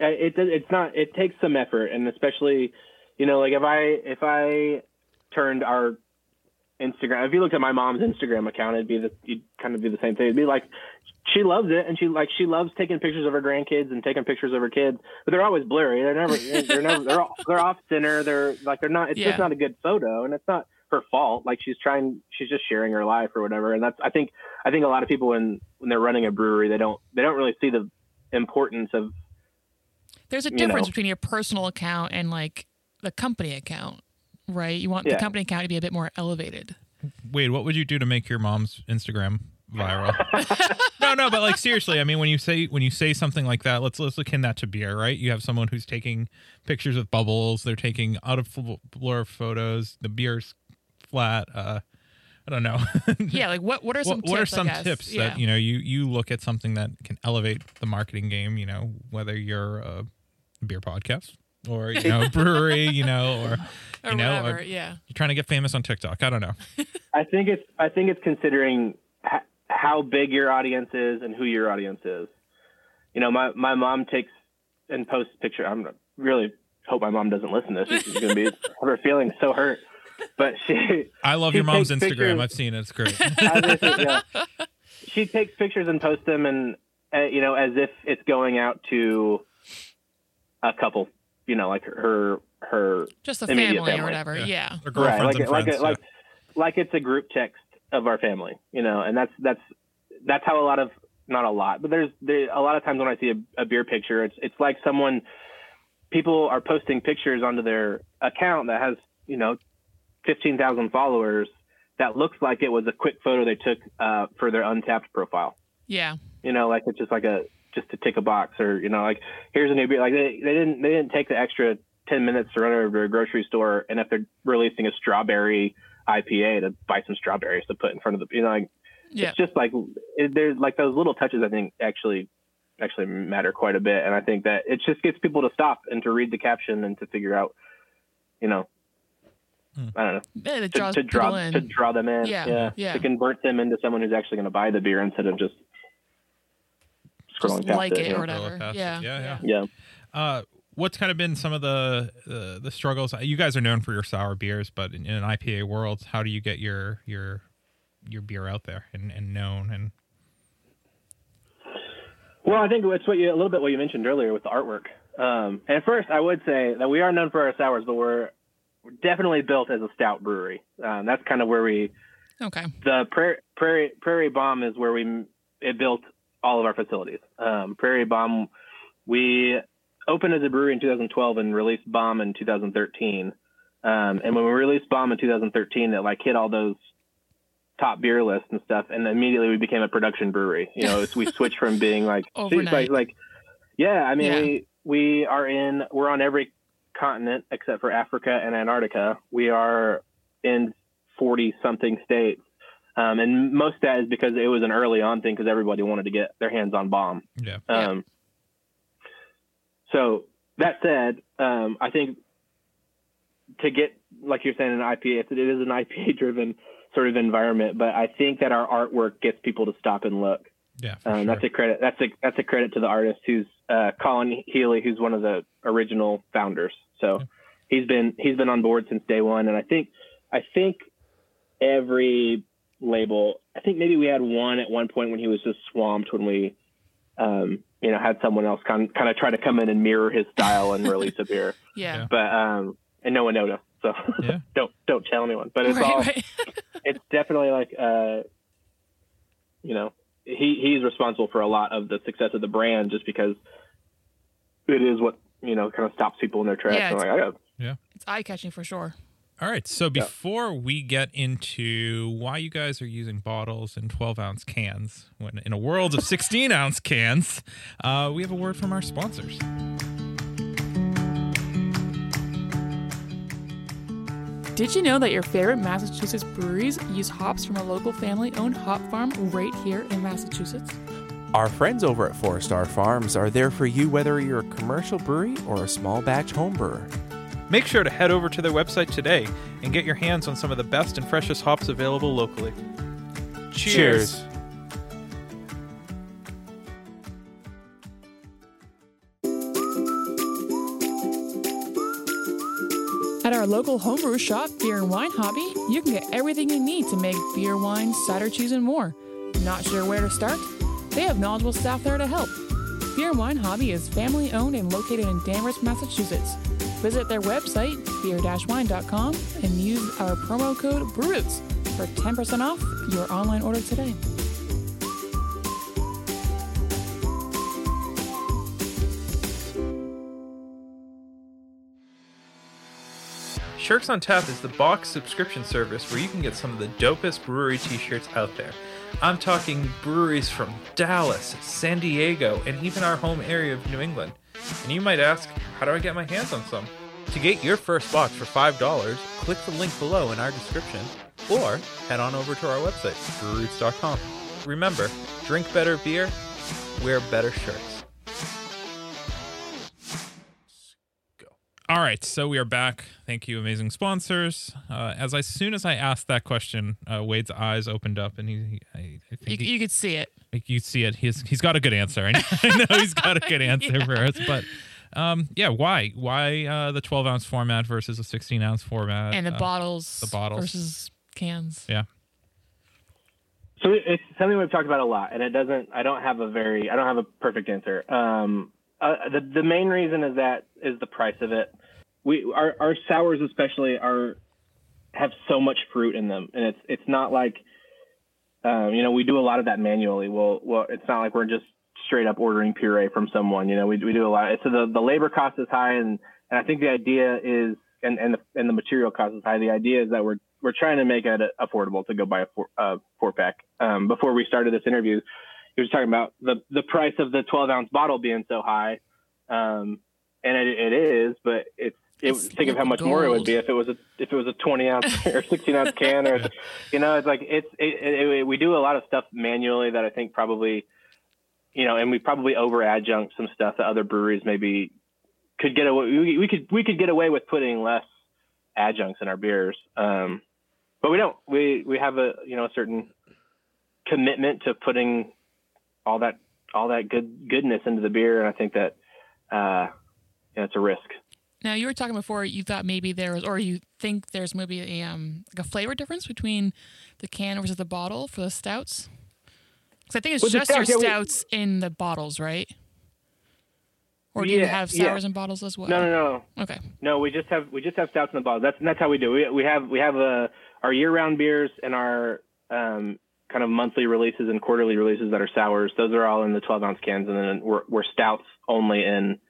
A: I- it does- it's not. It takes some effort, and especially, you know, like if I if I turned our Instagram, if you looked at my mom's Instagram account, it'd be the you'd kind of do the same thing. It'd be like she loves it, and she like she loves taking pictures of her grandkids and taking pictures of her kids, but they're always blurry. They're never they're never they're all, they're off center. They're like they're not. It's
D: Yeah.
A: just not a good photo, and it's not her fault. Like she's trying, she's just sharing her life or whatever. And that's I think I think a lot of people when when they're running a brewery, they don't they don't really see the importance of
D: There's a
A: you
D: difference
A: know.
D: between your personal account and like the company account, right? You want
A: Yeah.
D: the company account to be a bit more elevated.
B: Wade, what would you do to make your mom's Instagram viral? no, no, but like seriously, I mean, when you say when you say something like that, let's let's akin that to beer, right? You have someone who's taking pictures of bubbles, they're taking out of fl- blur photos, the beer's flat. Uh, I don't know.
D: Yeah, like what? What are some?
B: what,
D: tips,
B: what are
D: I
B: some
D: guess?
B: tips
D: yeah.
B: that you know you you look at something that can elevate the marketing game? You know, whether you're a beer podcast or you know brewery, you know, or
D: or
B: you know, or-
D: whatever? yeah,
B: you're trying to get famous on TikTok. I don't know.
A: I think it's I think it's considering h- how big your audience is and who your audience is. You know, my my mom takes and posts picture. I'm really hope my mom doesn't listen to this. She's gonna be her feeling so hurt. But she
B: I love
A: She
B: your mom's
A: takes
B: Instagram.
A: pictures-
B: I've seen it. It's great.
A: I just- yeah. She takes pictures and posts them, and uh, you know, as if it's going out to a couple. You know, like her her
D: just the
A: Immediate
D: family, or
A: family.
D: whatever.
B: Yeah.
D: Yeah.
B: Or girlfriends
A: like
B: and
A: like
B: friends.
A: like like it's a group text of our family. You know, and that's that's that's how a lot of not a lot, but there's there, a lot of times when I see a, a beer picture, it's it's like someone people are posting pictures onto their account that has you know 15,000 followers that looks like it was a quick photo they took uh, for their untapped profile.
D: yeah,
A: You know, like it's just like a just to tick a box or you know like here's a new beer. Like they, they didn't they didn't take the extra 10 minutes to run over to a grocery store and if they're releasing a strawberry IPA to buy some strawberries to put in front of the you know like
D: yeah.
A: it's just like it, there's like those little touches I think actually actually matter quite a bit and I think that it just gets people to stop and to read the caption and to figure out you know I don't know
D: Yeah, That
A: to,
D: draws
A: to draw
D: people in.
A: to draw them in.
D: Yeah, yeah.
A: To convert them into someone who's actually going to buy the beer instead of just scrolling
D: just
A: past
D: like it,
A: yeah.
D: or whatever.
B: Scroll past it.
D: Yeah,
B: Yeah, yeah.
A: yeah.
B: Uh, what's kind of been some of the uh, the struggles? You guys are known for your sour beers, but in, in an IPA world, how do you get your your your beer out there and, and known? And
A: Well, I think it's what you a little bit what you mentioned earlier with the artwork. Um, and first, I would say that we are known for our sours, but we're we're definitely built as a stout brewery. Um, that's kind of where we
D: Okay.
A: the prairie, prairie prairie bomb is where we it built all of our facilities um, prairie bomb we opened as a brewery in 2012 and released bomb in 2013 um, and when we released bomb in 2013 it like hit all those top beer lists and stuff and immediately we became a production brewery you know it's- we switched from being like
D: Overnight.
A: like, like yeah i mean
D: Yeah.
A: we we are in we're on every continent except for africa and antarctica we are in 40 something states um, and most of that is because it was an early on thing because everybody wanted to get their hands on bomb.
B: yeah,
D: Yeah.
A: Um, So that said, um, I think to get like you're saying an IPA, it's- it is an IPA driven sort of environment, but I think that our artwork gets people to stop and look.
B: yeah, for
A: Um,
B: sure.
A: That's a credit. That's a that's a credit to the artist who's uh, Colin Healy, who's one of the original founders. So he's been he's been on board since day one, and I think I think every label. I think maybe we had one at one point when he was just swamped when we, um, you know, had someone else kind kind of try to come in and mirror his style and release a beer,
D: Yeah.
A: but um, and no one noticed. So
B: Yeah.
A: don't don't tell anyone. But it's
D: right,
A: all
D: right.
A: it's definitely like uh you know he he's responsible for a lot of the success of the brand just because it is what you know kind of stops people in their tracks
D: Yeah,
A: and
D: it's-
A: like I got
D: It's eye catching for sure.
B: All right. So before we get into why you guys are using bottles and 12 ounce cans when in a world of 16 ounce cans, uh, we have a word from our sponsors.
D: Did you know that your favorite Massachusetts breweries use hops from a local family owned hop farm right here in Massachusetts?
F: Our friends over at Four Star Farms are there for you whether you're a commercial brewery or a small batch home brewer.
G: Make sure to head over to their website today and get your hands on some of the best and freshest hops available locally.
F: Cheers.
D: At our local homebrew shop, Beer and Wine Hobby, you can get everything you need to make beer, wine, cider, cheese, and more. Not sure where to start? They have knowledgeable staff there to help. Beer and Wine Hobby is family owned and located in Danvers, Massachusetts. Visit their website, beer-wine.com, and use our promo code BREWROOTS for 10% off your online order today.
G: Shirks on Tap is the box subscription service where you can get some of the dopest brewery t shirts out there. I'm talking breweries from Dallas, San Diego, and even our home area of New England. And you might ask, how do I get my hands on some? To get your first box for $5, click the link below in our description or head on over to our website, brewroots.com. Remember, drink better beer, wear better shirts.
B: All right, so we are back. Thank you, amazing sponsors. Uh, as I, soon as I asked that question, uh, Wade's eyes opened up, and he, he I, I
D: You,
B: think he,
D: you could see it.
B: like, you see it. He's he's got a good answer. I know, I know he's got a good answer for us, but um, yeah, why why uh, the twelve ounce format versus a sixteen ounce format
D: And the
B: Uh,
D: bottles,
B: the bottles.
D: versus cans.
B: Yeah,
A: So it- it's something we've talked about a lot, and it doesn't. I don't have a very. I don't have a perfect answer. Um, uh, the the main reason is that is the price of it. We our our sours especially are have so much fruit in them, and it's it's not like um, you know we do a lot of that manually. Well, well, it's not like we're just straight up ordering puree from someone. You know, we we do a lot. So the the labor cost is high, and and I think the idea is and and the, and the material cost is high. The idea is that we're we're trying to make it affordable to go buy a four, uh, four pack. Um, before we started this interview, he was talking about the the price of the 12 ounce bottle being so high, um, and it, it is, but it's. It,
D: It's
A: think of how much
D: liquid
A: more it would
D: gold.
A: be if it was a if it was a 20 ounce or 16 ounce can or you know it's like it's it, it, it- we do a lot of stuff manually that I think probably you know and we probably over adjunct some stuff that other breweries maybe could get away we, we could we could get away with putting less adjuncts in our beers um, but we don't we we have a you know a certain commitment to putting all that all that good goodness into the beer and I think that uh, yeah, it's a risk
D: Now you were talking before you thought maybe there was, or you think there's maybe a um, like a flavor difference between the can versus the bottle for the stouts. Because I think it's
A: With the
D: just
A: stout,
D: your
A: yeah, we-
D: stouts in the bottles, right? Or do you
A: Yeah,
D: have
A: yeah.
D: sours in bottles as well?
A: no no no
D: Okay.
A: No, we just have we just have stouts in the bottle. That's that's how we do. it. We we have we have uh, our year round beers and our um, kind of monthly releases and quarterly releases that are sours. Those are all in the twelve ounce cans, and then we're we're stouts only in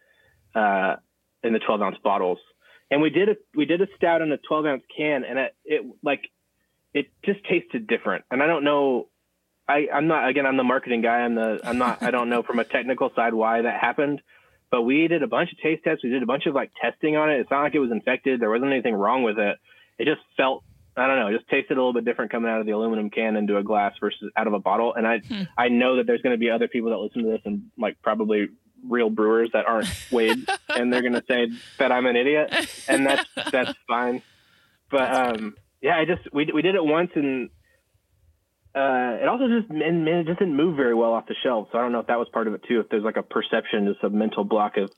A: uh, in the twelve ounce bottles. And we did a we did a stout in a twelve ounce can, and it, it like it just tasted different. And I don't know. I, I'm not again. I'm the marketing guy. I'm the. I'm not. I don't know from a technical side why that happened but we did a bunch of taste tests. We did a bunch of like testing on it. It's not like it was infected. There wasn't anything wrong with it. It just felt, I don't know, it just tasted a little bit different coming out of the aluminum can into a glass versus out of a bottle. And I,
D: Hmm.
A: I know that there's going to be other people that listen to this and like probably real brewers that aren't Wade, and they're going to say that I'm an idiot, and that's that's fine. But um, yeah, I just we we did it once and. Uh, it also just and man, it just didn't move very well off the shelf. So I don't know if that was part of it too. If there's like a perception, just a mental block of,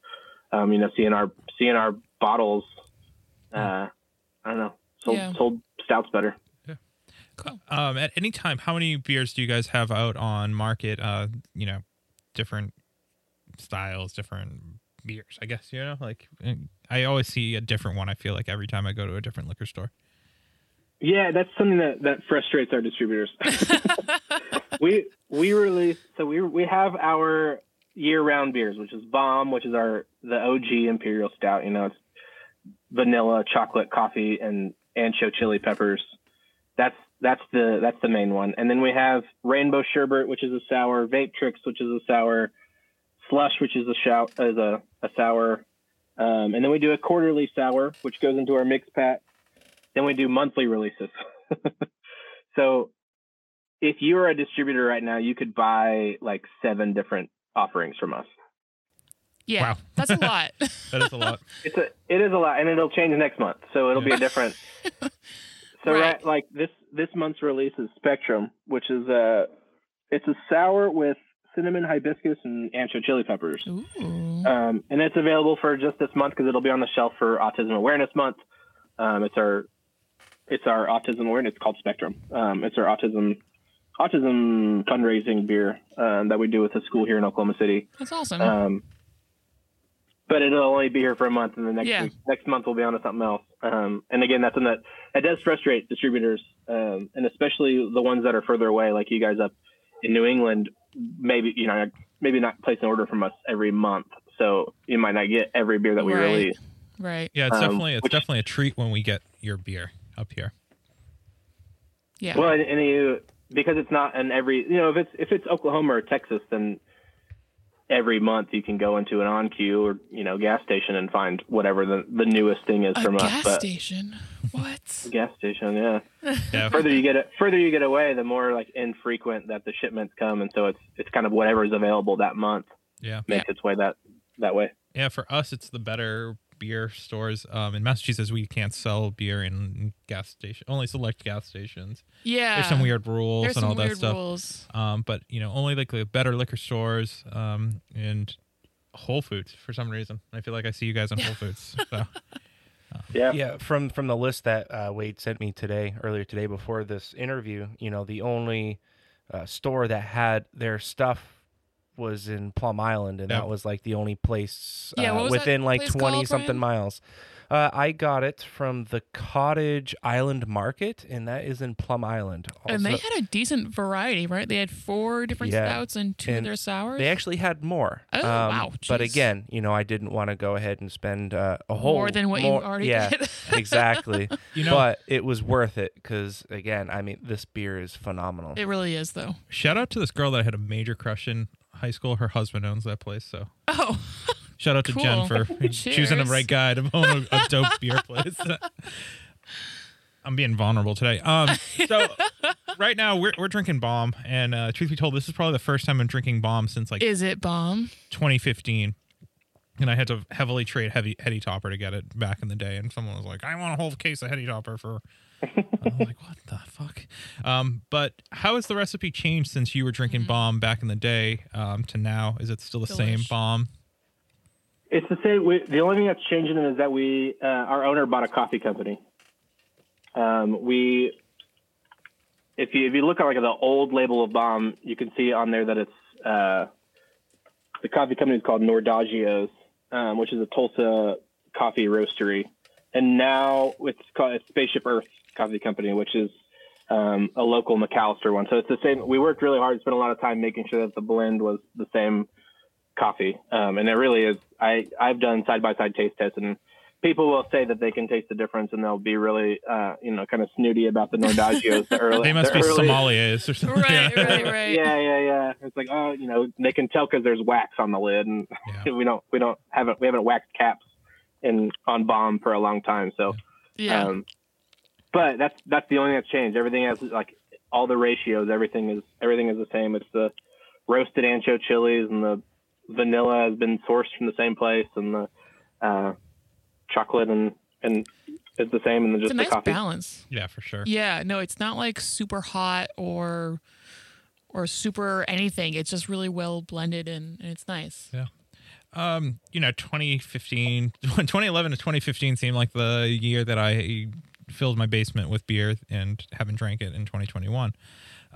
A: um, you know, seeing our seeing our bottles. Uh, I don't know. Sold
D: Yeah.
A: sold stouts better.
D: Cool.
B: um, at any time, how many beers do you guys have out on market? Uh, you know, different styles, different beers. I guess you know, like I always see a different one. I feel like every time I go to a different liquor store.
A: Yeah, that's something that, that frustrates our distributors. we we release so we we have our year round beers, which is Bomb, which is our the OG Imperial Stout. You know, it's vanilla, chocolate, coffee, and ancho chili peppers. That's that's the that's the main one. And then we have Rainbow Sherbet, which is a sour, Vape Tricks, which is a sour, Slush, which is a shout is a, a sour. Um, and then we do a quarterly sour, which goes into our mix pack. Then we do monthly releases. so if you're a distributor right now, you could buy like seven different offerings from us.
D: Yeah,
B: Wow.
D: that's a lot.
B: That is a lot.
A: It's a it is a lot, and it'll change next month, so it'll be
B: Yeah.
A: a different. so
D: Right.
A: right. like this this month's release is Spectrum, which is a it's a sour with cinnamon, hibiscus, and ancho chili peppers.
D: Ooh.
A: Um, and it's available for just this month because it'll be on the shelf for Autism Awareness Month. Um, it's our it's our autism awareness. It's called Spectrum. Um, it's our autism autism fundraising beer um, that we do with a school here in Oklahoma City.
D: That's awesome.
A: Um, but it'll only be here for a month, and the next
D: Yeah.
A: week, next month we'll be on to something else. Um, and again, that's in that that does frustrate distributors, um, and especially the ones that are further away, like you guys up in New England. Maybe you know, maybe not place an order from us every month, so you might not get every beer that we
D: Right.
A: release.
D: right.
B: Yeah, it's
A: Um,
B: definitely it's
A: which-
B: definitely a treat when we get your beer up here.
D: Yeah.
A: Well, and, and you because it's not an every you know if it's if it's Oklahoma or Texas, then every month you can go into an on queue or you know gas station and find whatever the the newest thing is
D: a
A: from
D: gas
A: us. But
D: station. What?
A: gas station, yeah.
B: Yeah.
A: further you get further you get away, the more like infrequent that the shipments come, and so it's it's kind of whatever is available that month
B: Yeah.
A: makes its way that that way.
B: Yeah, for us, it's the better beer stores. Um, in Massachusetts, we can't sell beer in gas station, only select gas stations.
D: Yeah.
B: There's some weird rules
D: Ah, There's
B: and
D: some
B: all that
D: weird
B: stuff.
D: rules.
B: Um, but you know, only like the better liquor stores um, and Whole Foods for some reason. I feel like I see you guys on Whole Foods. So.
A: Yeah,
C: Yeah, from from the list that uh, Wade sent me today, earlier today, before this interview, you know, the only uh, store that had their stuff was in Plum Island, and
B: Yeah.
C: that was like the only place
D: Yeah, what
C: uh,
D: was that
C: within like
D: place
C: twenty
D: called, Brian?
C: something miles. Uh, I got it from the Cottage Island Market, and that is in Plum Island.
D: and they
C: Also-
D: had a decent variety, right? They had four different
C: Yeah.
D: stouts and two of
C: And
D: their sours.
C: They actually had more. Um,
D: Oh, wow,
C: But
D: jeez.
C: again, you know, I didn't want to go ahead and spend uh, a whole
D: more than what you
C: more-
D: already
C: yeah,
D: did.
C: exactly.
B: You know-
C: but it was worth it because again, I mean, this beer is phenomenal.
D: it really is, though.
B: Shout out to this girl that I had a major crush in high school. Her husband owns that place, so
D: Oh,
B: shout out to
D: Cool.
B: Jen for choosing the
D: Cheers.
B: right guy to own a, a dope beer place. I'm being vulnerable today. Um, so right now we're we're drinking bomb, and uh, truth be told, this is probably the first time I'm drinking bomb since like
D: is it bomb?
B: 2015. And I had to heavily trade heavy heady topper to get it back in the day. And someone was like, "I want a whole case of heady topper for." I'm like, "What the fuck?" Um, but how has the recipe changed since you were drinking bomb back in the day um, to now? Is it still the same
D: Mm-hmm. Delish.
B: bomb?
A: it's the same. We, the only thing that's changing is that we uh, our owner bought a coffee company. Um, we if you if you look at like the old label of bomb, you can see on there that it's uh, the coffee company is called Nordagios, um, which is a Tulsa coffee roastery, and now it's called it's Spaceship Earth Coffee Company, which is um, a local McAllister one. So it's the same. We worked really hard, spent a lot of time making sure that the blend was the same coffee, um, and it really is. I I've done side by side taste tests and. People will say that they can taste the difference, and they'll be really, uh, you know, kind of snooty about the Nordagios. The early,
B: They must
A: the
B: be
A: early-
B: sommeliers or something.
D: Right,
B: Yeah.
D: right, right.
A: yeah, yeah, yeah. It's like, oh, you know, they can tell because there's wax on the lid, and
B: Yeah.
A: we don't, we don't haven't, we haven't waxed caps in on bomb for a long time. So,
D: Yeah.
A: um, but that's that's the only thing that's changed. Everything else, is like all the ratios, everything is everything is the same. It's the roasted ancho chilies and the vanilla has been sourced from the same place, and the uh, chocolate and and it's the same, and then
D: it's
A: just
D: a nice
A: the coffee.
D: balance.
B: Yeah, for sure.
D: Yeah. No, it's not like super hot or or super anything. It's just really well blended and, and it's nice.
B: um, you know, 2015, 2011 to 2015 seemed like the year that I filled my basement with beer and haven't drank it in 2021.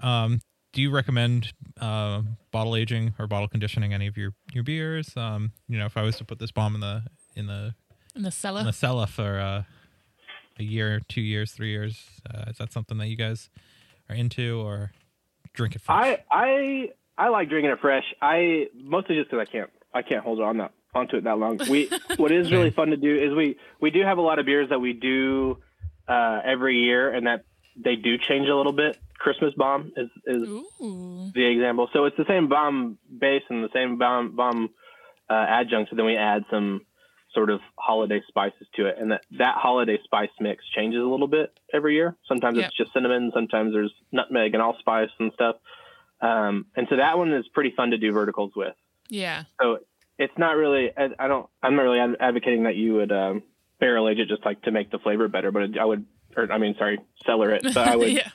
B: Um, do you recommend uh, bottle aging or bottle conditioning any of your your beers? Um, you know, if I was to put this bomb in the in the
D: And the cellar.
B: in the cellar for uh, a year, two years, three years, uh, is that something that you guys are into or drink it fresh?
A: I I I like drinking it fresh. I mostly just because I can't I can't hold on that onto it that long. We what is really fun to do is we we do have a lot of beers that we do uh, every year, and that they do change a little bit. Christmas bomb is is
D: Ooh.
A: the example. So it's the same bomb base and the same bomb bomb uh, adjunct. So then we add some sort of holiday spices to it, and that that holiday spice mix changes a little bit every year. Sometimes
D: Yep.
A: it's just cinnamon, sometimes there's nutmeg and allspice and stuff. Um, and so that one is pretty fun to do verticals with.
D: Yeah.
A: So it's not really. I, I don't. I'm not really ad- advocating that you would um, barrel age it just like to make the flavor better, but I would. Or I mean, sorry, cellar it. But I would.
D: yeah.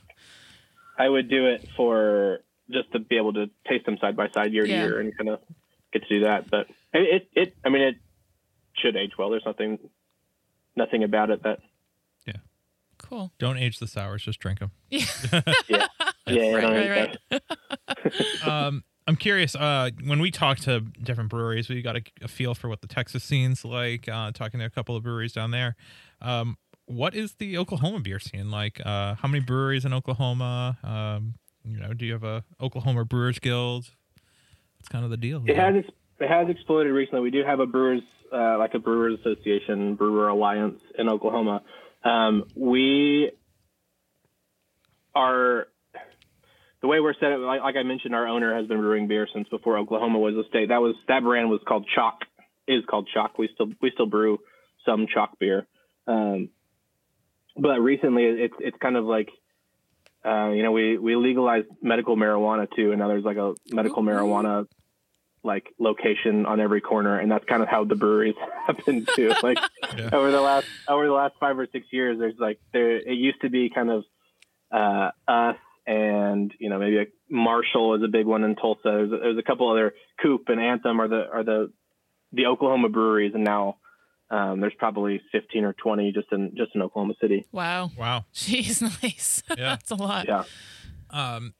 A: I would do it for just to be able to taste them side by side year
D: Yeah.
A: to year and kind of get to do that. But it, it, it, I mean, it should age well. There's nothing, nothing about it that,
D: Cool.
B: Don't age the sours, just drink them.
A: yeah, I
D: Right,
A: don't
D: right,
A: think
D: right.
B: Um, I'm curious. Uh, when we talk to different breweries, we got a, a feel for what the Texas scene's like. Uh, talking to a couple of breweries down there, um, what is the Oklahoma beer scene like? Uh, how many breweries in Oklahoma? Um, you know, do you have a Oklahoma Brewers Guild? It's kind of the deal.
A: It has it has exploded recently. We do have a brewers uh, like a brewers association, brewer alliance in Oklahoma. Um, we are the way we're set up. Like, like I mentioned, our owner has been brewing beer since before Oklahoma was a state. That was that brand was called Chalk. Is called Chalk. We still we still brew some Chalk beer, um, but recently it's it's kind of like. Uh, you know, we, we legalized medical marijuana too, and now there's like a medical
D: Ooh.
A: marijuana like location on every corner, and that's kind of how the breweries happen too. Like
B: Yeah.
A: over the last over the last five or six years, there's like there it used to be kind of uh, us and you know maybe like Marshall is a big one in Tulsa. There's a, there's a couple other Coop and Anthem are the are the the Oklahoma breweries, and now um, there's probably 15 or 20 just in just in Oklahoma City.
D: Wow.
B: Wow.
D: Jeez, nice.
B: Yeah.
D: That's a lot.
A: Yeah.
B: um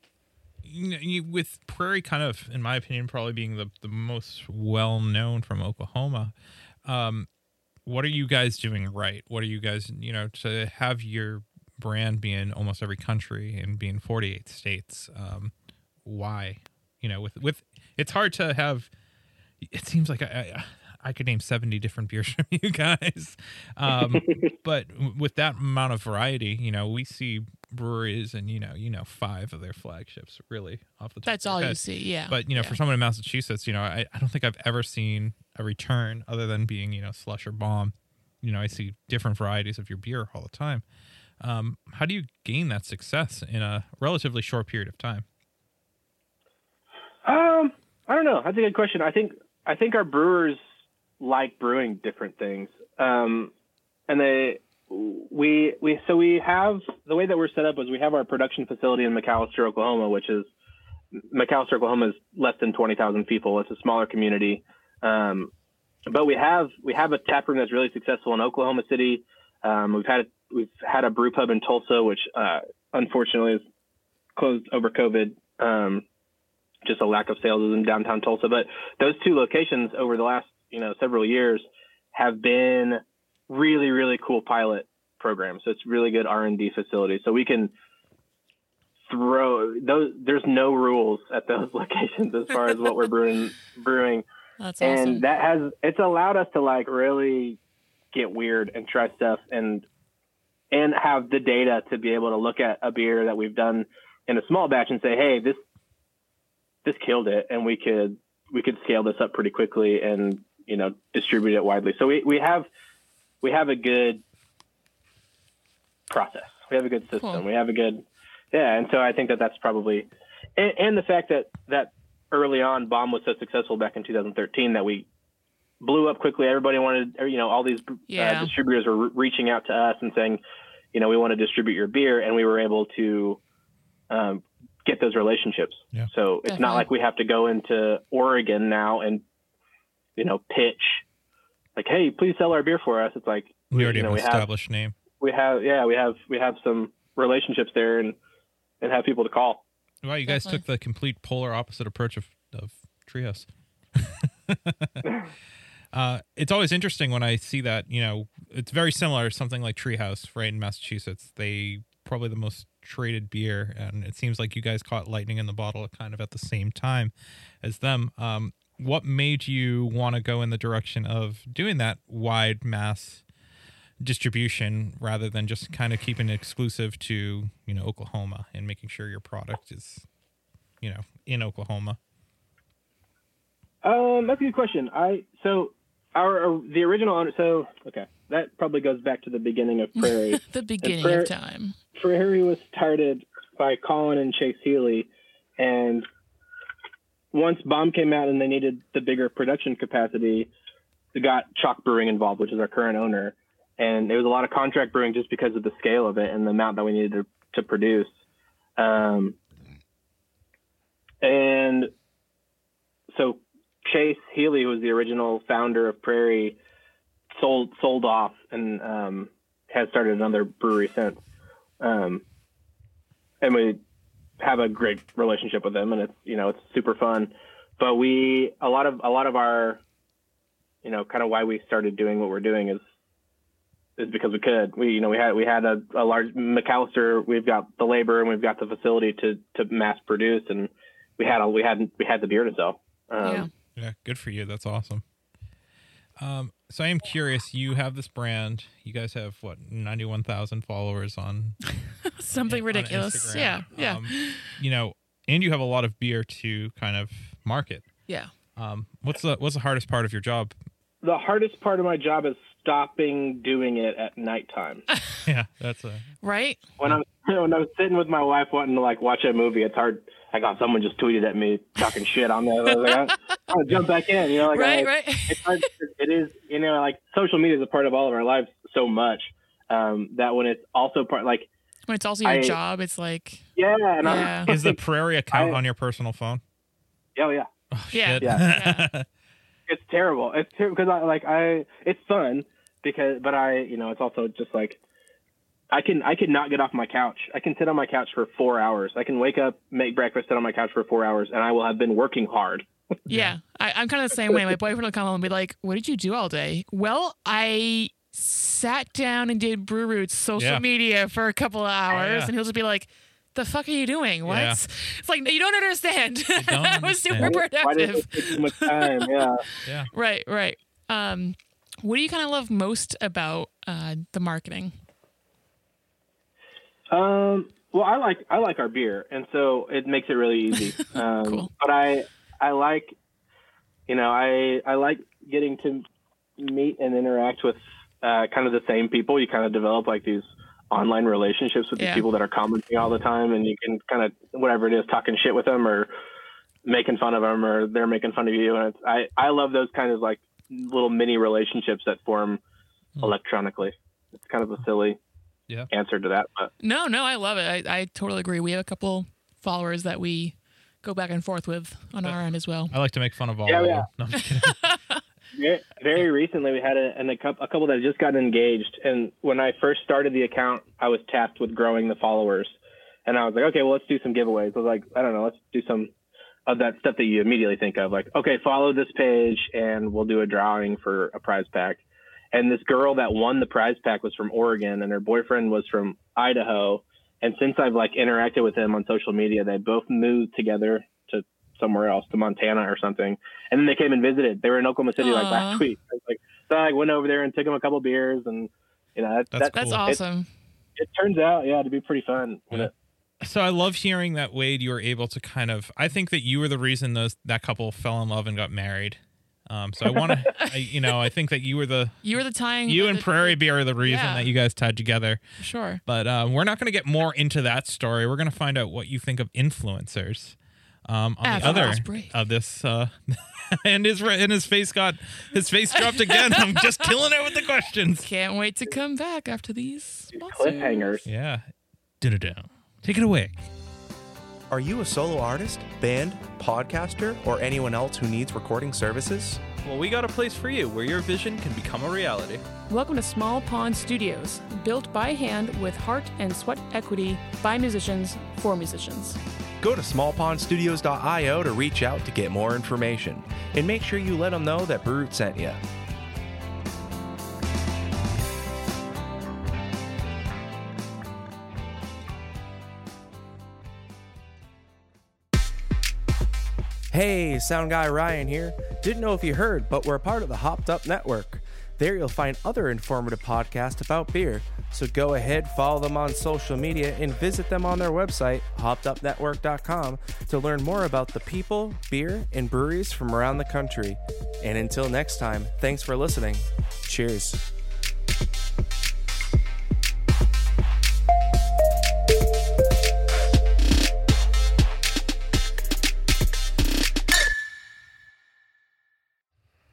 B: you know, you, with prairie kind of in my opinion probably being the, the most well known from oklahoma um what are you guys doing right what are you guys you know to have your brand be in almost every country and be in 48 states um why you know with with it's hard to have it seems like i i, I could name 70 different beers from you guys um but w- with that amount of variety, you know, we see breweries and you know, you know, five of their flagships really off the top.
D: That's
B: of our
D: all you
B: head.
D: see. Yeah.
B: But you know,
D: Yeah.
B: for someone in Massachusetts, you know, I, I don't think I've ever seen a return other than being you know slush or bomb. You know, I see different varieties of your beer all the time. Um, how do you gain that success in a relatively short period of time?
A: Um, I don't know. That's a good question. I think I think our brewers like brewing different things. Um, and they we we so we have the way that we're set up is we have our production facility in McAllister, Oklahoma, which is McAllister, Oklahoma is less than twenty thousand people. It's a smaller community, um, but we have we have a tap room that's really successful in Oklahoma City. Um, we've had we've had a brew pub in Tulsa, which uh, unfortunately is closed over COVID. Um, just a lack of sales in downtown Tulsa. But those two locations over the last you know several years have been really really cool pilot programs. So it's really good R and D facility. So we can throw those. There's no rules at those locations as far as what we're brewing brewing
D: That's
A: and
D: awesome.
A: that has it's allowed us to like really get weird and try stuff and and have the data to be able to look at a beer that we've done in a small batch and say hey this this killed it and we could we could scale this up pretty quickly and you know distribute it widely so we, we have we have a good process we have a good system
D: Cool.
A: we have a good yeah and so i think that that's probably and, and the fact that that early on bomb was so successful back in 2013 that we blew up quickly everybody wanted or, you know all these
D: Yeah.
A: uh, distributors were re- reaching out to us and saying you know we want to distribute your beer and we were able to um, get those relationships
B: Yeah.
A: so it's
D: Definitely.
A: not like we have to go into oregon now and you know pitch like hey please sell our beer for us it's like
B: We already
A: you know,
B: have
A: we
B: an
A: have
B: established name.
A: we have yeah we have we have some relationships there and and have people to call
B: Wow, you guys took
D: Definitely.
B: the complete polar opposite approach of, of Treehouse. uh, it's always interesting when I see that, you know, it's very similar to something like Treehouse, right, in Massachusetts. They probably the most traded beer, and it seems like you guys caught lightning in the bottle kind of at the same time as them. Um, what made you want to go in the direction of doing that wide mass distribution rather than just kind of keeping it exclusive to you know Oklahoma and making sure your product is you know in Oklahoma.
A: Um, that's a good question. I so our the original owner. So okay, that probably goes back to the beginning of Prairie.
D: The beginning
A: prayer-
D: of time.
A: Prairie was started by Colin and Chase Healy, and once Bomb came out and they needed the bigger production capacity, they got Chalk Brewing involved, which is our current owner, and there was a lot of contract brewing just because of the scale of it and the amount that we needed to, to produce. Um, and so Chase Healy, who was the original founder of Prairie, sold sold off and um, has started another brewery since um, and we have a great relationship with them, and it's you know it's super fun. But we a lot of a lot of our, you know, kind of why we started doing what we're doing is is because we could. We you know we had we had a, a large McAllister. We've got the labor and we've got the facility to to mass produce, and we had a, we had we had the beer to sell. Um,
D: yeah.
B: Yeah, good for you. That's awesome. Um, so I am curious. You have this brand. You guys have what ninety one thousand followers on
D: Something
B: on
D: ridiculous.
B: Instagram.
D: Yeah. Yeah.
B: Um, you know, and you have a lot of beer to kind of market.
D: yeah.
B: Um, what's the what's the hardest part of your job?
A: The hardest part of my job is stopping doing it at nighttime.
B: yeah, that's a
D: Right?
A: when I'm when I'm sitting with my wife wanting to like watch a movie, it's hard. I got someone just tweeted at me talking shit on there. I was like, I- I'm gonna jump back in, you know, like
D: right,
A: I-
D: right.
A: It's hard, it is, you know, like social media is a part of all of our lives so much um, that when it's also part, like,
D: When it's also your
A: I-
D: job, it's like
A: yeah, and
D: Yeah.
A: I'm,
B: is the Prairie account
A: I-
B: on your personal phone?
A: oh yeah,
B: Oh,
D: Yeah.
B: shit.
D: Yeah.
A: it's terrible. It's terrible because I like I it's fun because but I you know it's also just like I can I can not get off my couch. I can sit on my couch for four hours. I can wake up, make breakfast, sit on my couch for four hours, and I will have been working hard.
B: Yeah.
D: Yeah. I, I'm kind of the same way. My boyfriend will come home and be like, What did you do all day? Well, I sat down and did Brew Roots social
B: Yeah. Oh,
D: media for a couple of hours.
B: yeah.
D: And he'll just be like, The fuck are you doing? What?
B: Yeah.
D: It's like, You don't understand.
B: don't
D: I was super
B: understand.
A: Why does
D: productive.
A: it take so much time? Yeah.
D: Right, right. Um, what do you kind of love most about uh, the marketing?
A: Um, well, I like I like our beer, and so it makes it really easy. Um,
D: Cool.
A: But I I like, you know, I I like getting to meet and interact with uh, kind of the same people. You kind of develop like these online relationships with
D: Yeah.
A: these people that are commenting all the time, and you can kind of whatever it is, talking shit with them or making fun of them, or they're making fun of you. And it's, I I love those kind of like little mini relationships that form electronically. It's kind of a silly
B: Yeah.
A: answer to that, but.
D: No, no, I love it. I, I totally agree. We have a couple followers that we go back and forth with on our end as well.
B: I like to make fun of all
A: Yeah,
B: of
A: yeah.
B: them. No, I'm just kidding.
A: Very- Very recently, we had a, an, a, couple, a couple that just got engaged. And when I first started the account, I was tasked with growing the followers. And I was like, okay, well, let's do some giveaways. I was like, I don't know, let's do some of that stuff that you immediately think of. Like, okay, follow this page and we'll do a drawing for a prize pack. And this girl that won the prize pack was from Oregon and her boyfriend was from Idaho. And since I've like interacted with them on social media, they both moved together to somewhere else, to Montana or something. And then they came and visited. They were in Oklahoma City like
D: Aw.
A: last week. I was like, so I went over there and took them a couple beers and you know that,
B: That's
A: that-
D: That's
B: Cool.
D: awesome.
A: it turns out yeah to be pretty fun.
B: Yeah. So I love hearing that Wade, you were able to kind of. I think that you were the reason those that couple fell in love and got married. Um, so I want to, you know, I think that you were the
D: you were the tying.
B: you
D: the-
B: and Prairie Beer are the reason
D: Yeah.
B: that you guys tied together.
D: Sure.
B: But um, we're not going to get more into that story. We're going to find out what you think of influencers. Um, on
D: After
B: the other
D: this break.
B: of this, uh, and his re- and his face got his face dropped again. I'm just killing it with the questions.
D: Can't wait to come back after these sponsors.
A: Cliffhangers.
B: Yeah, Dun, dun, dun. Take it away.
F: Are you a solo artist, band, podcaster, or anyone else who needs recording services?
G: Well, we got a place for you where your vision can become a reality.
H: Welcome to Small Pond Studios, built by hand with heart and sweat equity by musicians for musicians.
F: Go to smallpondstudios.io to reach out to get more information and make sure you let them know that Brute sent you. Hey, Sound Guy Ryan here. Didn't know if you heard, but we're a part of the Hopped Up Network. There you'll find other informative podcasts about beer,
C: So go ahead, follow them on social media, and visit them on their website, hoppedupnetwork.com, to learn more about the people, beer, and breweries from around the country. And until next time, thanks for listening. Cheers.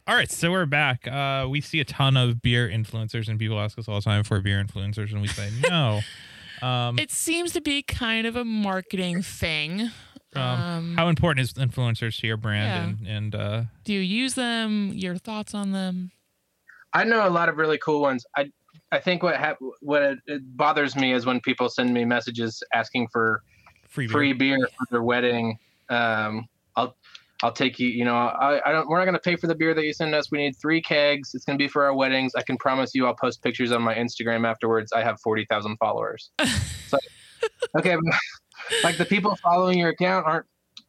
B: All right, so we're back. Uh, we see a ton of beer influencers, and people ask us all the time if we're beer influencers, and we say no. Um,
D: It seems to be kind of a marketing thing.
B: um,
D: um,
B: how important is influencers to your brand? And, and uh,
D: Do you use them? Your thoughts on them?
F: I know a lot of really cool ones. I I think what hap- what it, it bothers me is when people send me messages asking for
B: free beer.
F: free beer for their wedding. Um, I'll I'll take you. You know, I, I don't. We're not going to pay for the beer that you send us. We need three kegs. It's going to be for our weddings. I can promise you. I'll post pictures on my Instagram afterwards. I have forty thousand followers. It's like, okay, like the people following your account aren't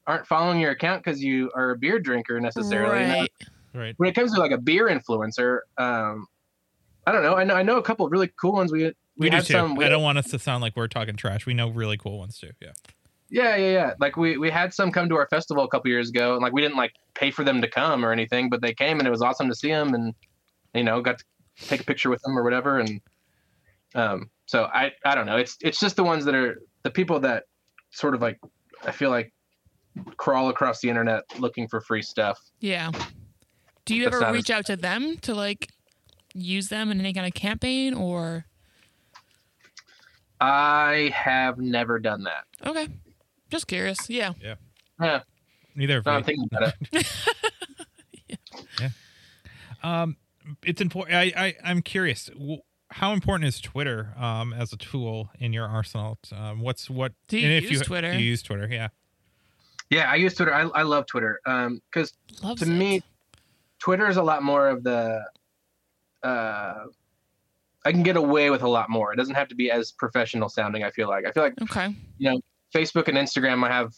F: aren't following your account because you are a beer drinker necessarily
D: Right.
B: Right.
F: when it comes to like a beer influencer, um, I don't know. I know I know a couple of really cool ones. We we,
B: We, do
F: had
B: too.
F: some. We,
B: I don't want us to sound like we're talking trash. We know really cool ones too. Yeah.
F: yeah, yeah, yeah. Like we we had some come to our festival a couple years ago, and like we didn't like pay for them to come or anything, but they came and it was awesome to see them, and you know got to take a picture with them or whatever. And um, so I I don't know. It's it's just the ones that are the people that sort of like I feel like crawl across the internet looking for free stuff.
D: Yeah. Do you
F: That
D: ever
F: sounds-
D: reach out to them to like use them in any kind of campaign or?
F: I have never done that.
D: Okay. Just curious. Yeah.
F: Yeah,
B: Neither of
F: now
B: we.
F: I'm thinking about it.
B: Um, it's important. I, I I'm curious. W- How important is Twitter um, as a tool in your arsenal? Um, what's what?
D: Do you
B: and
D: use Twitter?
B: Do you use Twitter? Yeah.
F: Yeah, I use Twitter. I, I love Twitter because
D: Loves
F: to
D: it.
F: me, Twitter is a lot more of the. Uh, I can get away with a lot more. It doesn't have to be as professional sounding. I feel like I feel like
D: Okay.
F: Facebook and Instagram. I have,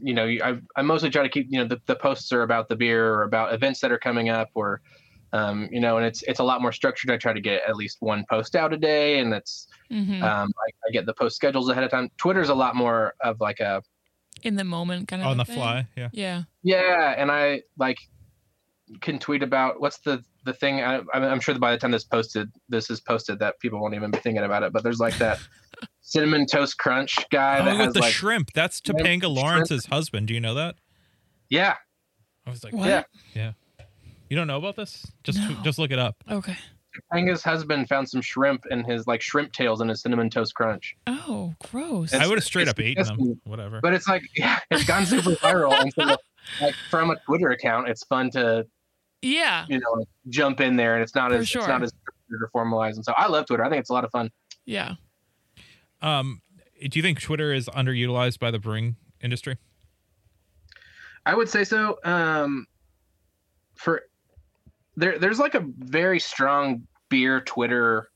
F: you know, I I mostly try to keep you know the, the posts are about the beer or about events that are coming up or, um, you know, and it's it's a lot more structured. I try to get at least one post out a day, and it's
D: hmm
F: um, I, I get the post schedules ahead of time. Twitter's a lot more of like a
D: in the moment, kind of
B: On the
D: a thing.
B: fly. Yeah.
D: Yeah.
F: Yeah, and I like can tweet about what's the the thing. I, I'm- I'm sure that by the time this posted, this is posted, that people won't even be thinking about it. But there's like that cinnamon toast crunch guy that
B: Oh, with
F: has
B: the
F: like,
B: shrimp. That's
F: Remember the
B: Topanga
F: shrimp?
B: Lawrence's husband. Do you know that?
F: yeah,
B: I was like,
D: What?
F: Yeah.
B: you don't know about this? Just
D: No.
B: just look it up.
D: Okay.
F: Panga's husband found some shrimp in his like shrimp tails in his cinnamon toast crunch.
D: Oh, gross.
F: It's-
B: I would have straight
F: it's
B: up eaten them.
F: disgusting.
B: Whatever.
F: But it's like yeah, it's gone super viral, and so like from a Twitter account, it's fun to
D: yeah.
F: you know jump in there, and it's not
D: For
F: as
D: sure.
F: it's not as structured or formalized. And so I love Twitter. I think it's a lot of fun.
D: Yeah.
B: Um, do you think Twitter is underutilized by the brewing industry?
F: I would say so. Um, for there, there's like a very strong beer Twitter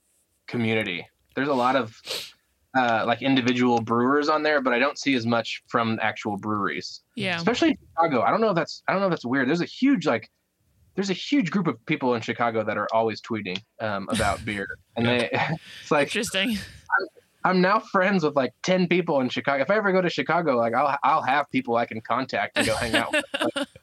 F: community. There's a lot of uh, like individual brewers on there, but I don't see as much from actual breweries,
D: Yeah.
F: especially in Chicago. I don't know if that's I don't know if that's weird. There's a huge like there's a huge group of people in Chicago that are always tweeting um, about beer, and they it's like
D: Interesting.
F: I'm now friends with like ten people in Chicago. If I ever go to Chicago, like I'll I'll have people I can contact and go hang out with.
D: That's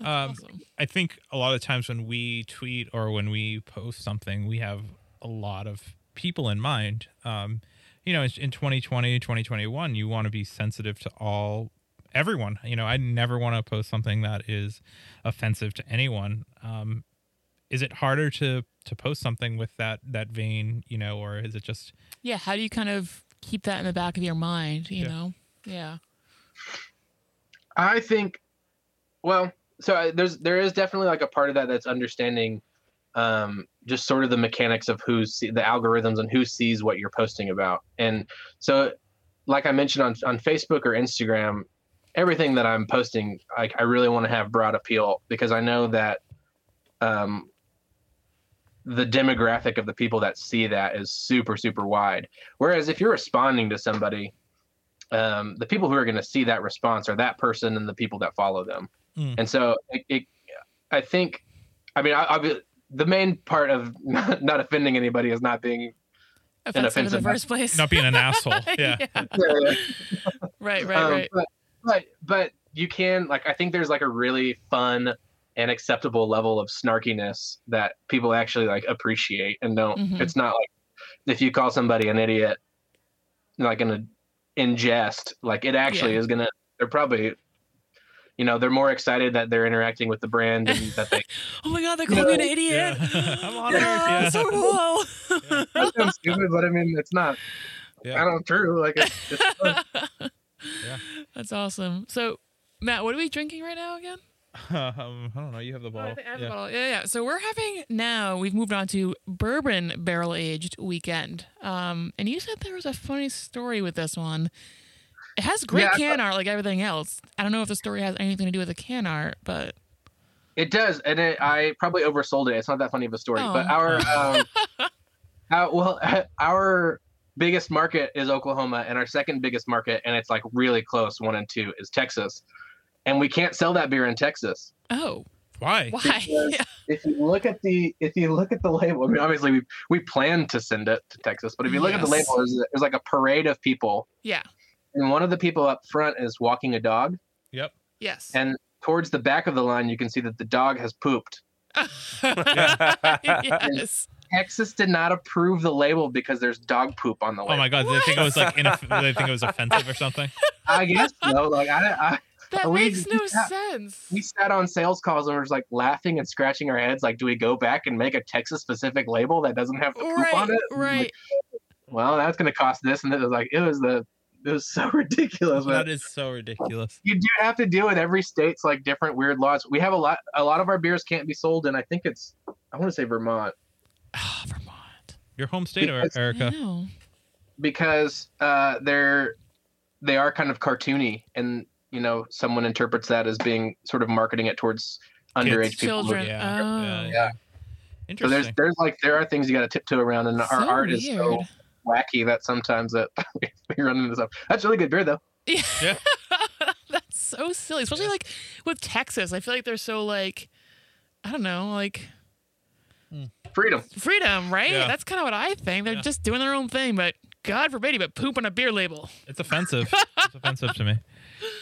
B: Um,
D: awesome.
B: I think a lot of times when we tweet or when we post something, we have a lot of people in mind. Um, you know, in in 2020, 2021, you want to be sensitive to all everyone. You know, I never want to post something that is offensive to anyone. Um, is it harder to to post something with that that vein, you know, or is it just
D: Yeah. How do you kind of keep that in the back of your mind? You
B: Yeah.
D: know. Yeah.
F: I think, well, so I, there's there is definitely like a part of that that's understanding, um, just sort of the mechanics of who see, the algorithms and who sees what you're posting about, and so, like I mentioned on on Facebook or Instagram, everything that I'm posting, like I really want to have broad appeal because I know that, um, the demographic of the people that see that is super super wide. Whereas if you're responding to somebody, um, the people who are going to see that response are that person and the people that follow them.
B: Mm.
F: And so it, it, I think, I mean, I, I, the main part of not, not offending anybody is not being.
D: offensive in the
F: offensive.
D: first place.
B: Not being an asshole. Yeah.
D: Right, right,
F: Um,
D: right.
F: But, but but you can like I think there's like a really fun and acceptable level of snarkiness that people actually like appreciate and don't.
D: Mhm.
F: It's not like if you call somebody an idiot, like in a in jest, like it actually
D: Yeah.
F: is gonna. They're probably, you know, they're more excited that they're interacting with the brand and that they.
D: Oh my god, they called me an idiot.
B: Yeah. I'm
D: on
B: honored. Yeah.
D: So cool.
F: That sounds stupid, but I mean, it's not.
B: Yeah.
F: I don't true. Like it's, it's fun.
D: That's awesome. So, Matt, what are we drinking right now again?
B: Um, I don't know. You have the ball.
D: Oh, I think I have a
B: Yeah.
D: bottle. Yeah, yeah. So we're having now. We've moved on to bourbon barrel aged weekend. Um, and you said there was a funny story with this one. It has great
F: Yeah, I-
D: can art, like everything else. I don't know if the story has anything to do with the can art, but
F: It does, and it, I probably oversold it. It's not that funny of a story, but
D: Oh.
F: our, um, our well, our biggest market is Oklahoma, and our second biggest market, and it's like really close, one and two, is Texas, and we can't sell that beer in Texas.
D: oh,
B: Why?
D: why? Yeah.
F: If you look at the if you look at the label, I mean, obviously we we plan to send it to Texas, but if you look at the
D: Yes.
F: label, there's, there's like a parade of people,
D: yeah.
F: and one of the people up front is walking a dog,
B: Yep.
D: Yes.
F: and towards the back of the line, you can see that the dog has pooped.
D: yes.
F: Texas did not approve the label because there's dog poop on the label.
B: Oh my god, they think it was like inoff- they think it was offensive or something.
F: I guess so. Like I, I,
D: That
F: We-
D: makes no
F: yeah.
D: sense.
F: we sat on sales calls and we're just like laughing and scratching our heads. Like, do we go back and make a Texas specific label that doesn't have the poop
D: Right,
F: on it? And,
D: right.
F: Like, well, that's gonna cost this, and it was like it was the it was so ridiculous.
B: That
F: But
B: is so ridiculous.
F: you do have to deal with every state's like different weird laws. We have a lot. A lot of our beers can't be sold, and I think it's I want to say Vermont
D: Ah, Vermont.
B: Your home state, E-
F: Because-
D: I
B: Erica.
D: know.
F: because uh, they're they are kind of cartoony, and you know someone interprets that as being sort of marketing it towards underage
B: Kids.
F: people.
D: Children.
B: Yeah.
D: Oh.
F: Yeah. So there's
B: Interesting.
F: there's like there are things you got to tiptoe around, and our
D: So
F: art is so
D: weird.
F: wacky that sometimes that we run into stuff. That's really good beer though.
B: Yeah.
D: That's so silly, especially like with Texas. I feel like they're so like, I don't know, like
F: Freedom.
D: freedom, right?
B: Yeah.
D: That's kind of what I think. They're
B: Yeah.
D: just doing their own thing, but God forbid you but poop on a beer label.
B: It's offensive. it's offensive to me.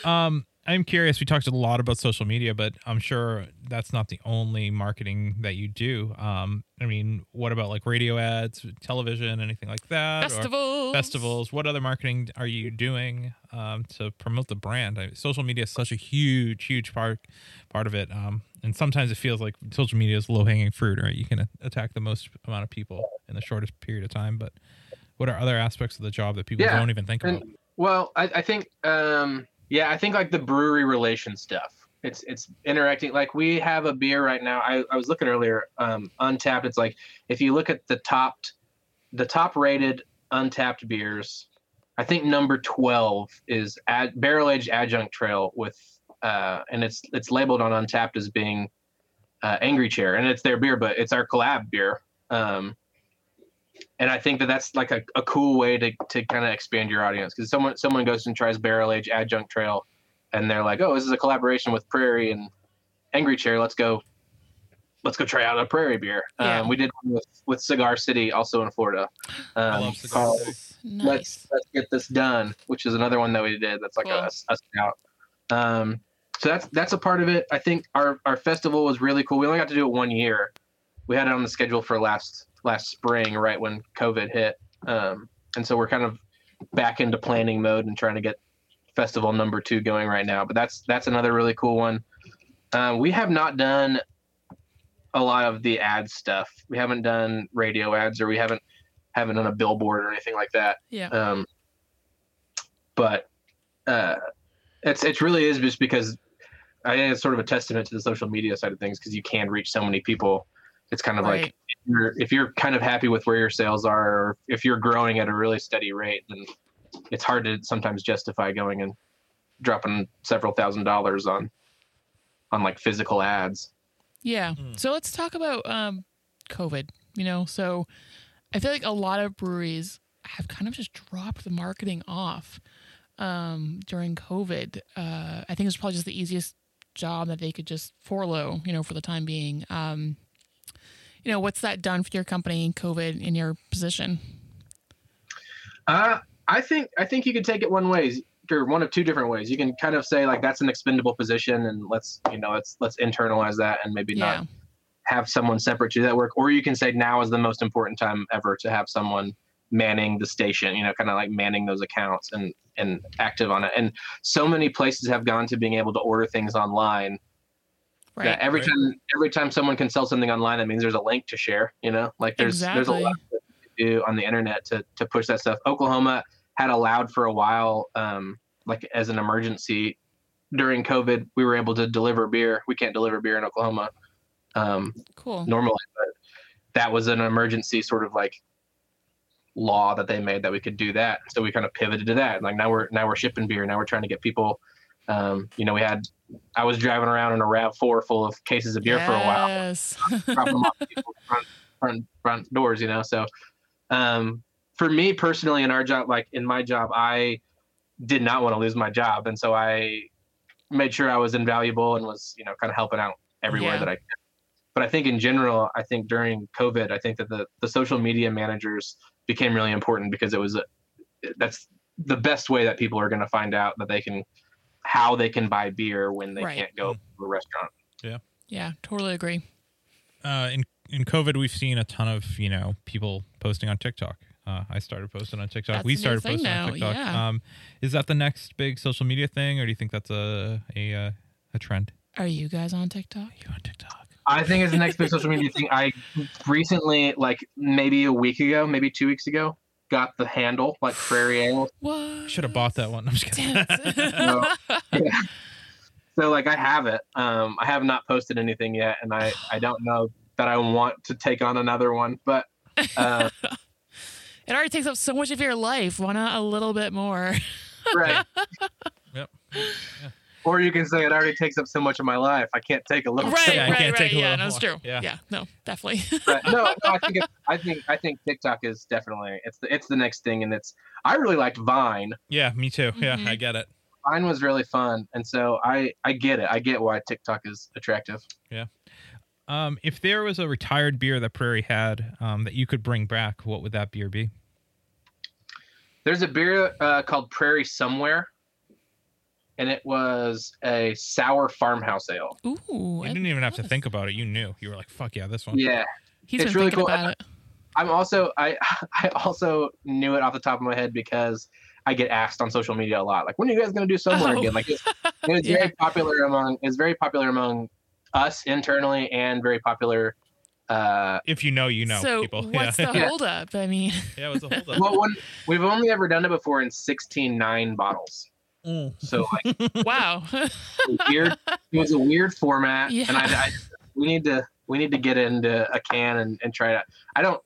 B: Um, I'm curious. We talked a lot about social media, but I'm sure that's not the only marketing that you do. Um, I mean, what about like radio ads, television, anything like that? or
D: Festivals.
B: Festivals. What other marketing are you doing um, to promote the brand? I, social media is such a huge, huge part part of it, um, and sometimes it feels like social media is low hanging fruit, right? You can attack the most amount of people in the shortest period of time. But what are other aspects of the job that people
F: Yeah.
B: don't even think about?
F: And well, I, I think um yeah, I think like the brewery relation stuff. It's it's interacting. Like we have a beer right now. I, I was looking earlier, um, untapped. It's like if you look at the topped the top rated untapped beers, I think number twelve is ad, barrel aged adjunct trail with uh and it's it's labeled on untapped as being uh, Angry Chair, and it's their beer, but it's our collab beer. Um, and I think that that's like a, a cool way to, to kind of expand your audience because someone someone goes and tries Barrel Age Adjunct Trail, and they're like, oh, this is a collaboration with Prairie and Angry Chair. Let's go, let's go try out a Prairie beer.
D: Yeah.
F: Um, we did one with, with Cigar City, also in Florida. Um,
B: love Cigar
F: called
B: City.
D: Nice.
F: let's let's get this done which is another one that we did that's like a, a scout um so that's that's a part of it i think our our festival was really cool we only got to do it one year we had it on the schedule for last last spring right when covid hit um and so we're kind of back into planning mode and trying to get festival number two going right now but that's that's another really cool one um, we have not done a lot of the ad stuff we haven't done radio ads or we haven't haven't done a billboard or anything like that
D: Yeah.
F: um, but uh, it's it really is just because I think it's sort of a testament to the social media side of things because you can reach so many people. It's kind of like
D: Right.
F: if you're, if you're kind of happy with where your sales are, or if you're growing at a really steady rate, then it's hard to sometimes justify going and dropping several thousand dollars on on like physical ads.
D: Yeah.
B: Hmm.
D: So let's talk about um, COVID. You know, so I feel like a lot of breweries have kind of just dropped the marketing off um, during COVID. Uh, I think it's probably just the easiest job that they could just forlow, you know, for the time being. Um, you know, what's that done for your company, COVID, in your position?
F: Uh, I think I think you could take it one ways or one of two different ways. You can kind of say like that's an expendable position, and let's you know let's let's internalize that and maybe
D: Yeah.
F: not have someone separate to that work. Or you can say now is the most important time ever to have someone manning the station. You know, kind of like manning those accounts and and active on it. And so many places have gone to being able to order things online
D: Right.
F: yeah, every time every time someone can sell something online, that means there's a link to share. You know, like there's there's a
D: Exactly.
F: lot to do on the internet to to push that stuff. Oklahoma had allowed for a while, um, like as an emergency during COVID, we were able to deliver beer. We can't deliver beer in Oklahoma um,
D: Cool.
F: normally, but that was an emergency sort of like law that they made that we could do that. So we kind of pivoted to that. Like now we're now we're shipping beer. Now we're trying to get people. Um, you know, we had I was driving around in a Rav Four full of cases of beer for a while,
D: Yes.
F: dropping them off at people's front, front front doors. You know, so um, for me personally, in our job, like in my job, I did not want to lose my job, and so I made sure I was invaluable and was you know kind of helping out everywhere
D: Yeah.
F: that I could. But I think in general, I think during COVID, I think that the the social media managers became really important because it was a, that's the best way that people are going to find out that they can how they can buy beer when they
D: Right.
F: can't go to a restaurant.
D: yeah, totally agree.
B: uh, in in COVID, we've seen a ton of you know people posting on TikTok. Uh, I started posting on TikTok.
D: That's
B: we
D: a new
B: started
D: thing
B: posting
D: now,
B: on TikTok.
D: yeah.
B: Um, is that the next big social media thing, or do you think that's a a uh, a trend?
D: Are you guys on TikTok?
B: You on TikTok?
F: I think it's the next big social media thing. I recently, like maybe a week ago, maybe two weeks ago, got the handle like Prairie Ale
D: What?
B: Should have bought that one. I'm just kidding.
D: Damn it.
F: so like i have it um i have not posted anything yet and i i don't know that i want to take on another one but uh,
D: it already takes up so much of your life. Why not a little bit more?
F: right
B: Yep.
F: or you can say it already takes up so much of my life i can't take a little
D: right,
B: Yeah, you
D: right,
B: can't
D: right.
B: take a
D: yeah,
B: little
D: no, that's
B: more.
D: true.
B: Yeah.
D: Yeah. no, definitely.
F: But no, no i think it's, i think i think tiktok is definitely it's the it's the next thing and it's i really liked vine
B: Yeah, me too. Yeah,
D: Mhm.
B: I get it.
F: vine was really fun and so i i get it i get why tiktok is attractive
B: Um, if there was a retired beer that Prairie had um, that you could bring back, what would that beer be?
F: There's a beer uh, called Prairie Somewhere, and it was a sour farmhouse ale.
D: Ooh,
B: You
D: I
B: didn't even have to
D: yes.
B: think about it. You knew. You were like, "Fuck yeah, this one."
F: Yeah,
D: he's
F: It's
D: been
F: really
D: thinking
F: cool.
D: about it.
F: I'm also I I also knew it off the top of my head because I get asked on social media a lot, like, when are you guys gonna do somewhere
D: Oh.
F: again? Like, it's it was
D: Yeah.
F: very popular among it's very popular among us internally and very popular. Uh,
B: If you know, you know.
D: so
B: people.
D: what's
B: yeah.
D: the
F: Yeah.
D: holdup? I mean,
B: yeah, it was a hold up.
F: well, one, we've only ever done it before in 16 nine bottles.
B: Mm.
F: So like,
D: wow.
F: a weird. It was a weird format, and I,
D: Yeah.
F: I we need to we need to get into a can and, and try it out. I don't.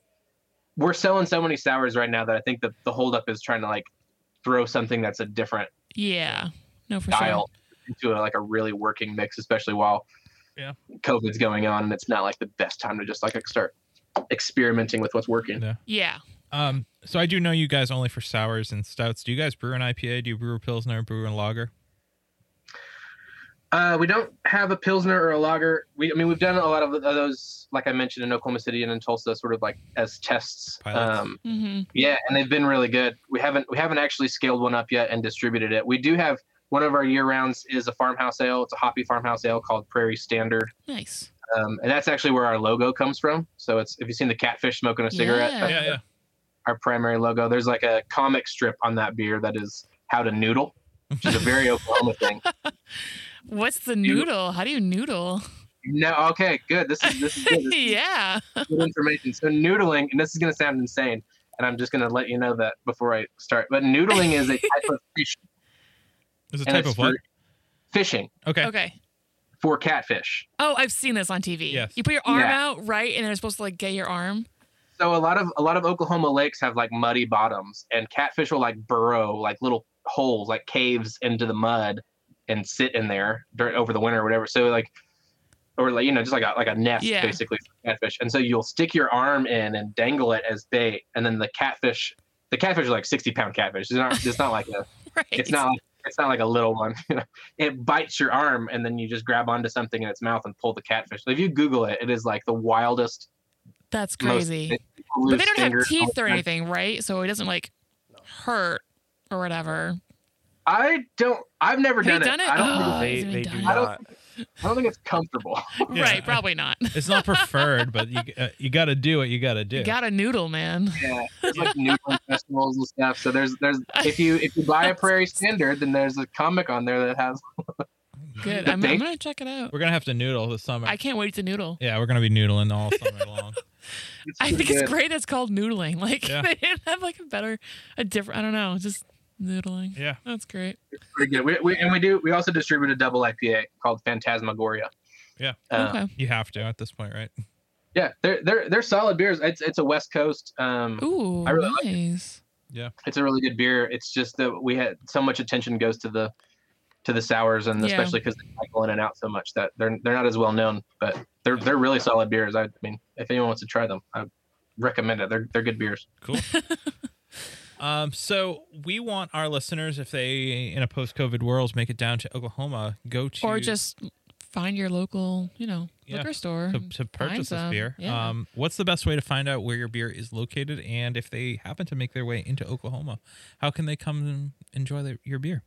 F: We're selling so many sours right now that I think that the holdup is trying to like throw something that's a different
D: yeah, no, for
F: style into a, like a really working mix, especially while
B: Yeah.
F: COVID's going on, and it's not like the best time to just like start experimenting with what's working.
B: Yeah.
D: sure. Yeah,
B: Um, so I do know you guys only for sours and stouts. Do you guys brew an IPA? Do you brew a pilsner? Brew a lager?
F: Uh, we don't have a pilsner or a lager. We, I mean, we've done a lot of those, like I mentioned in Oklahoma City and in Tulsa, sort of like as tests.
B: Pilots.
F: Um,
D: hmm
F: Yeah, and they've been really good. We haven't we haven't actually scaled one up yet and distributed it. We do have one of our year rounds is a farmhouse ale. It's a hoppy farmhouse ale called Prairie Standard,
D: nice.
F: um, and that's actually where our logo comes from. So it's if you've seen the catfish smoking a cigarette,
D: Yeah.
F: that's
B: Yeah, yeah.
F: our primary logo. There's like a comic strip on that beer that is how to noodle, which is a very Oklahoma thing.
D: What's the
F: You-
D: noodle? How do you noodle?
F: No, okay, good. This is this is good. This is
D: yeah.
F: good information. So noodling, and this is going to sound insane, and I'm just going to let you know that before I start. But noodling is a type of fish,
B: It's a
F: and
B: type
F: it's
B: of what?
F: for fishing.
B: Okay.
D: Okay.
F: for catfish.
D: Oh, I've seen this on TV.
B: Yes.
D: You put your arm
F: Yeah.
D: out right, and they're supposed to like get your arm.
F: So a lot of a lot of Oklahoma lakes have like muddy bottoms, and catfish will like burrow like little holes, like caves into the mud, and sit in there during over the winter or whatever. So like, or like you know just like a like a nest
D: Yeah.
F: basically for catfish. And so you'll stick your arm in and dangle it as bait, and then the catfish, the catfish are like sixty pound catfish. It's not it's not like a
D: Right.
F: it's not like it's not like a little one. you know. it bites your arm, and then you just grab onto something in its mouth and pull the catfish. If you Google it, it is like the wildest
D: That's
F: Most-
D: crazy.
F: people
D: but
F: lose
D: they don't have
F: fingers all
D: teeth
F: the
D: or
F: time.
D: anything, right? So it doesn't like hurt or whatever.
F: I don't. I've never
D: Have you done
F: done,
D: it?
F: I don't.
D: Oh,
F: think,
C: They,
D: it's
C: they
D: even
C: do
D: done.
C: not.
F: I don't think it's comfortable.
B: Yeah.
D: Right, probably not.
B: It's not preferred, but you uh, you got to do what you got to do.
D: You got a noodle, man.
F: Yeah, there's like newborn festivals and stuff. So there's there's if you if you buy a Prairie Standard, then there's a comic on there that has
D: Good. I'm, I'm gonna check it out.
B: we're gonna have to noodle this summer.
D: I can't wait to noodle.
B: yeah, we're gonna be noodling all summer long.
F: It's
D: I
F: pretty
D: think it's
F: good.
D: great. It's called noodling. Like
B: Yeah.
D: they didn't have like a better, a different. I don't know. Just noodling.
B: Yeah.
D: That's great.
F: pretty good. We, we, and we do we also distribute a double IPA called Phantasmagoria.
B: Yeah.
F: Uh,
D: okay.
B: You have to at this point, right?
F: Yeah, they're they're they're solid beers. It's it's a West Coast. Um,
D: Ooh,
F: I really like
D: nice.
F: it's a really good beer. It's just that we had so much attention goes to the to the sours, and
D: Yeah.
F: especially because they cycle in and out so much that they're they're not as well known. But they're they're really solid beers. I mean, if anyone wants to try them, I recommend it. They're they're good beers.
B: Cool. um, so we want our listeners, if they in a post-COVID world make it down to Oklahoma, go to
D: Or just find your local, you know,
B: Yeah.
D: liquor store
B: to,
D: and
B: to
D: find
B: purchase this
D: some.
B: beer.
D: Yeah.
B: Um, what's the best way to find out where your beer is located, and if they happen to make their way into Oklahoma, how can they come and enjoy the, your beer?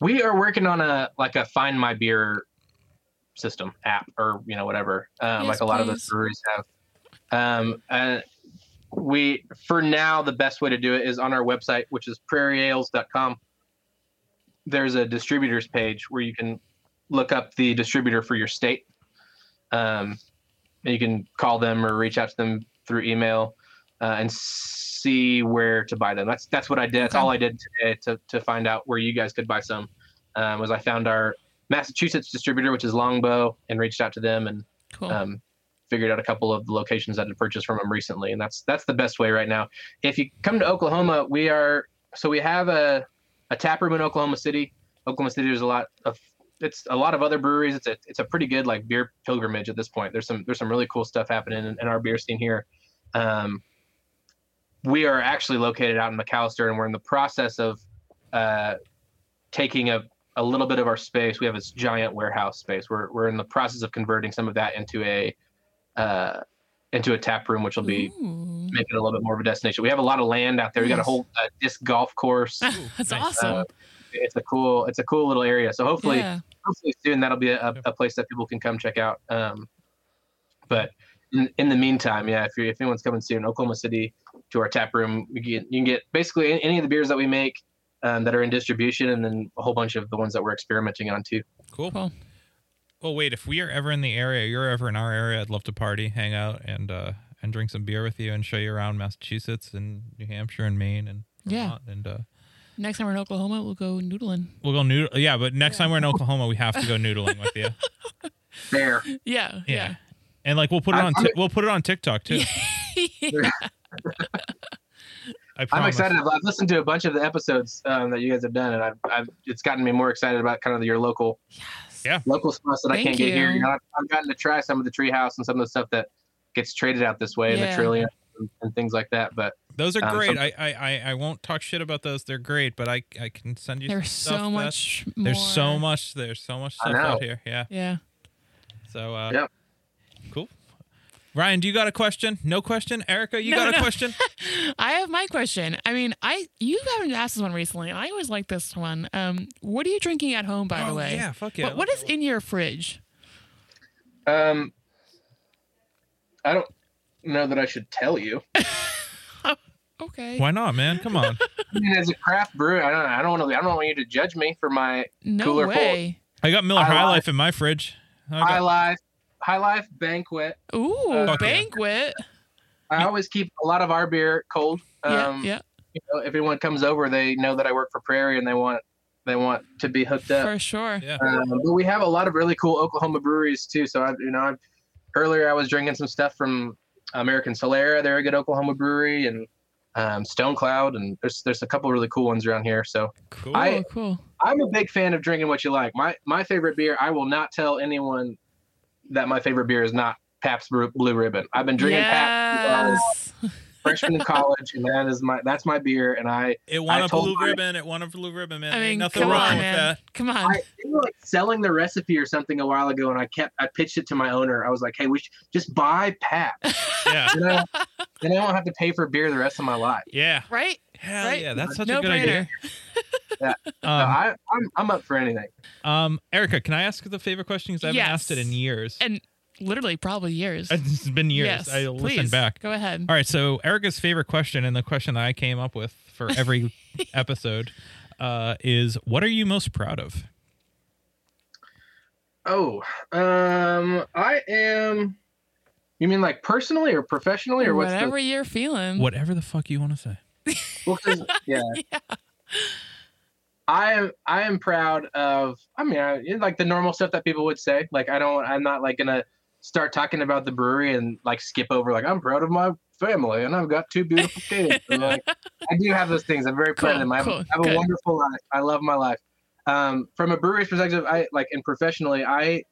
F: We are working on a like a find my beer system app or you know whatever, um,
D: Yes,
F: like a lot of
D: please.
F: the breweries have. Um, uh, we for now the best way to do it is on our website, which is prairieales.com. There's a distributors page where you can look up the distributor for your state. Um, and you can call them or reach out to them through email uh, and see where to buy them. That's that's what I did. That's
D: Okay.
F: all I did today to, to find out where you guys could buy some. Um, was I found our Massachusetts distributor, which is Longbow, and reached out to them and
D: cool.
F: um, figured out a couple of the locations that had purchased from them recently, and that's that's the best way right now. If you come to Oklahoma, we are so we have a a tap room in Oklahoma City. Oklahoma City there's a lot of it's a lot of other breweries. It's a it's a pretty good like beer pilgrimage at this point. There's some there's some really cool stuff happening in, in our beer scene here. Um, we are actually located out in McAllister, and we're in the process of uh, taking a a little bit of our space. We have this giant warehouse space. We're we're in the process of converting some of that into a uh, into a tap room, which will be
D: Ooh.
F: make it a little bit more of a destination. We have a lot of land out there. We got a
D: Nice.
F: whole uh, disc golf course.
D: That's
B: nice.
D: awesome.
F: Uh, it's a cool it's a cool little area. So hopefully
D: yeah.
F: hopefully soon that'll be a, a place that people can come check out. Um, but in, in the meantime, yeah, if you if anyone's coming soon, Oklahoma City to our tap room, we get, you can get basically any, any of the beers that we make um, that are in distribution, and then a whole bunch of the ones that we're experimenting on too.
B: Cool.
D: Cool.
B: Well, wait. If we are ever in the area, you're ever in our area, I'd love to party, hang out, and uh, and drink some beer with you, and show you around Massachusetts and New Hampshire and Maine and
D: Yeah.
B: Vermont, and uh,
D: Next time we're in Oklahoma, we'll go noodling.
B: we'll go noodle. Yeah, but next time we're in Oklahoma, we have to go noodling with you.
F: There,
D: Yeah. Yeah.
B: And like we'll put it
F: I'm-
B: on
F: I'm-
B: ti- we'll put it on TikTok too. I
F: I'm
B: promise.
F: excited. I've, I've listened to a bunch of the episodes um, that you guys have done, and I've, I've it's gotten me more excited about kind of your local
D: Yes.
B: Yeah.
F: local stuff that I
D: Thank
F: can't get here.
D: you.
F: You know, I've, I've gotten to try some of the treehouse and some of the stuff that gets traded out this way, and
D: Yeah.
F: the trillion and, and things like that. But
B: Those are
D: Uh,
F: Um,
B: great.
F: some-
B: I, I, I, I won't talk shit about those. They're great, but I, I can send you. some
D: There's
B: stuff
D: so
B: that-
D: much more.
B: There's so much. There's so much
F: I
B: stuff out
F: know.
B: here. Yeah.
D: Yeah.
B: So. Uh,
F: Yep.
B: Cool. Ryan, do you got a question? No question. Erica, you
D: No,
B: got a
D: no.
B: question?
D: I have my question. I mean, I you haven't asked this one recently, and I always like this one. Um, what are you drinking at home, by
B: Oh,
D: the way?
B: yeah, fuck yeah.
D: What, what is in your fridge?
F: um, I don't know that I should tell you.
D: Okay.
B: Why not, man? Come on.
F: I mean, as a craft brewer, I don't. I don't want to. I don't want you to judge me for my
D: No
F: Cooler full.
D: way.
B: I got Miller
F: I
B: High
F: lied.
B: Life in my fridge. I got-
F: high life, high life banquet.
D: Ooh,
F: Uh,
B: Fuck yeah.
D: banquet.
F: I always keep a lot of our beer cold. Um,
D: yeah,
F: you know, if anyone comes over, they know that I work for Prairie and they want they want to be hooked
D: yeah,
F: up.
D: for sure.
B: yeah.
F: Um, but we have a lot of really cool Oklahoma breweries too. So I, you know, I, earlier I was drinking some stuff from American Solera. They're a good Oklahoma brewery, and um, Stone Cloud, and there's there's a couple really cool ones around here. So
B: Cool.
D: Cool,
F: I-
D: cool.
F: I'm a big fan of drinking what you like. My my favorite beer. I will not tell anyone that my favorite beer is not Pabst Brew- Blue Ribbon. I've been drinking Pabst.
D: yes.
F: freshman in college, and that is my that's my beer. And I
B: It won
F: I
B: a
F: told
B: blue
F: my-
B: ribbon. It won a blue ribbon, man.
D: I
B: Ain't
D: mean,
B: nothing
D: come
B: wrong
D: on,
B: with
D: man.
B: that.
D: Come on.
F: I they were like selling the recipe or something a while ago, and I kept I pitched it to my owner. I was like, hey, we should just buy Pap.
B: Yeah,
F: You know, then I won't have to pay for beer the rest of my life.
B: yeah,
D: right?
B: hell
D: Right?
B: yeah. That's such
D: no
B: a good
D: brainer.
B: idea.
F: So
B: Um,
F: I, I'm I'm up for anything.
B: um, Erica, can I ask the favorite question? Because I haven't
D: Yes.
B: asked it in years.
D: And- Literally, probably years.
B: it's been years.
D: Yes,
B: I listened
D: please,
B: back.
D: Go ahead.
B: All right, so Erica's favorite question and the question that I came up with for every episode uh, is what are you most proud of?
F: Oh, um, I am. You mean like personally or professionally or what's
D: Whatever you're feeling.
B: Whatever the fuck you want to say.
F: the? What is, yeah. I am. I am proud of. I mean, I, you know, like the normal stuff that people would say. Like I don't. I'm not like gonna start talking about the brewery and like skip over. Like I'm proud of my family and I've got two beautiful kids. And, like I do have those things. I'm very proud
D: Cool,
F: of them. I have,
D: cool,
F: I have
D: good.
F: a wonderful life. I love my life. Um, from a brewery's perspective, I like and professionally, I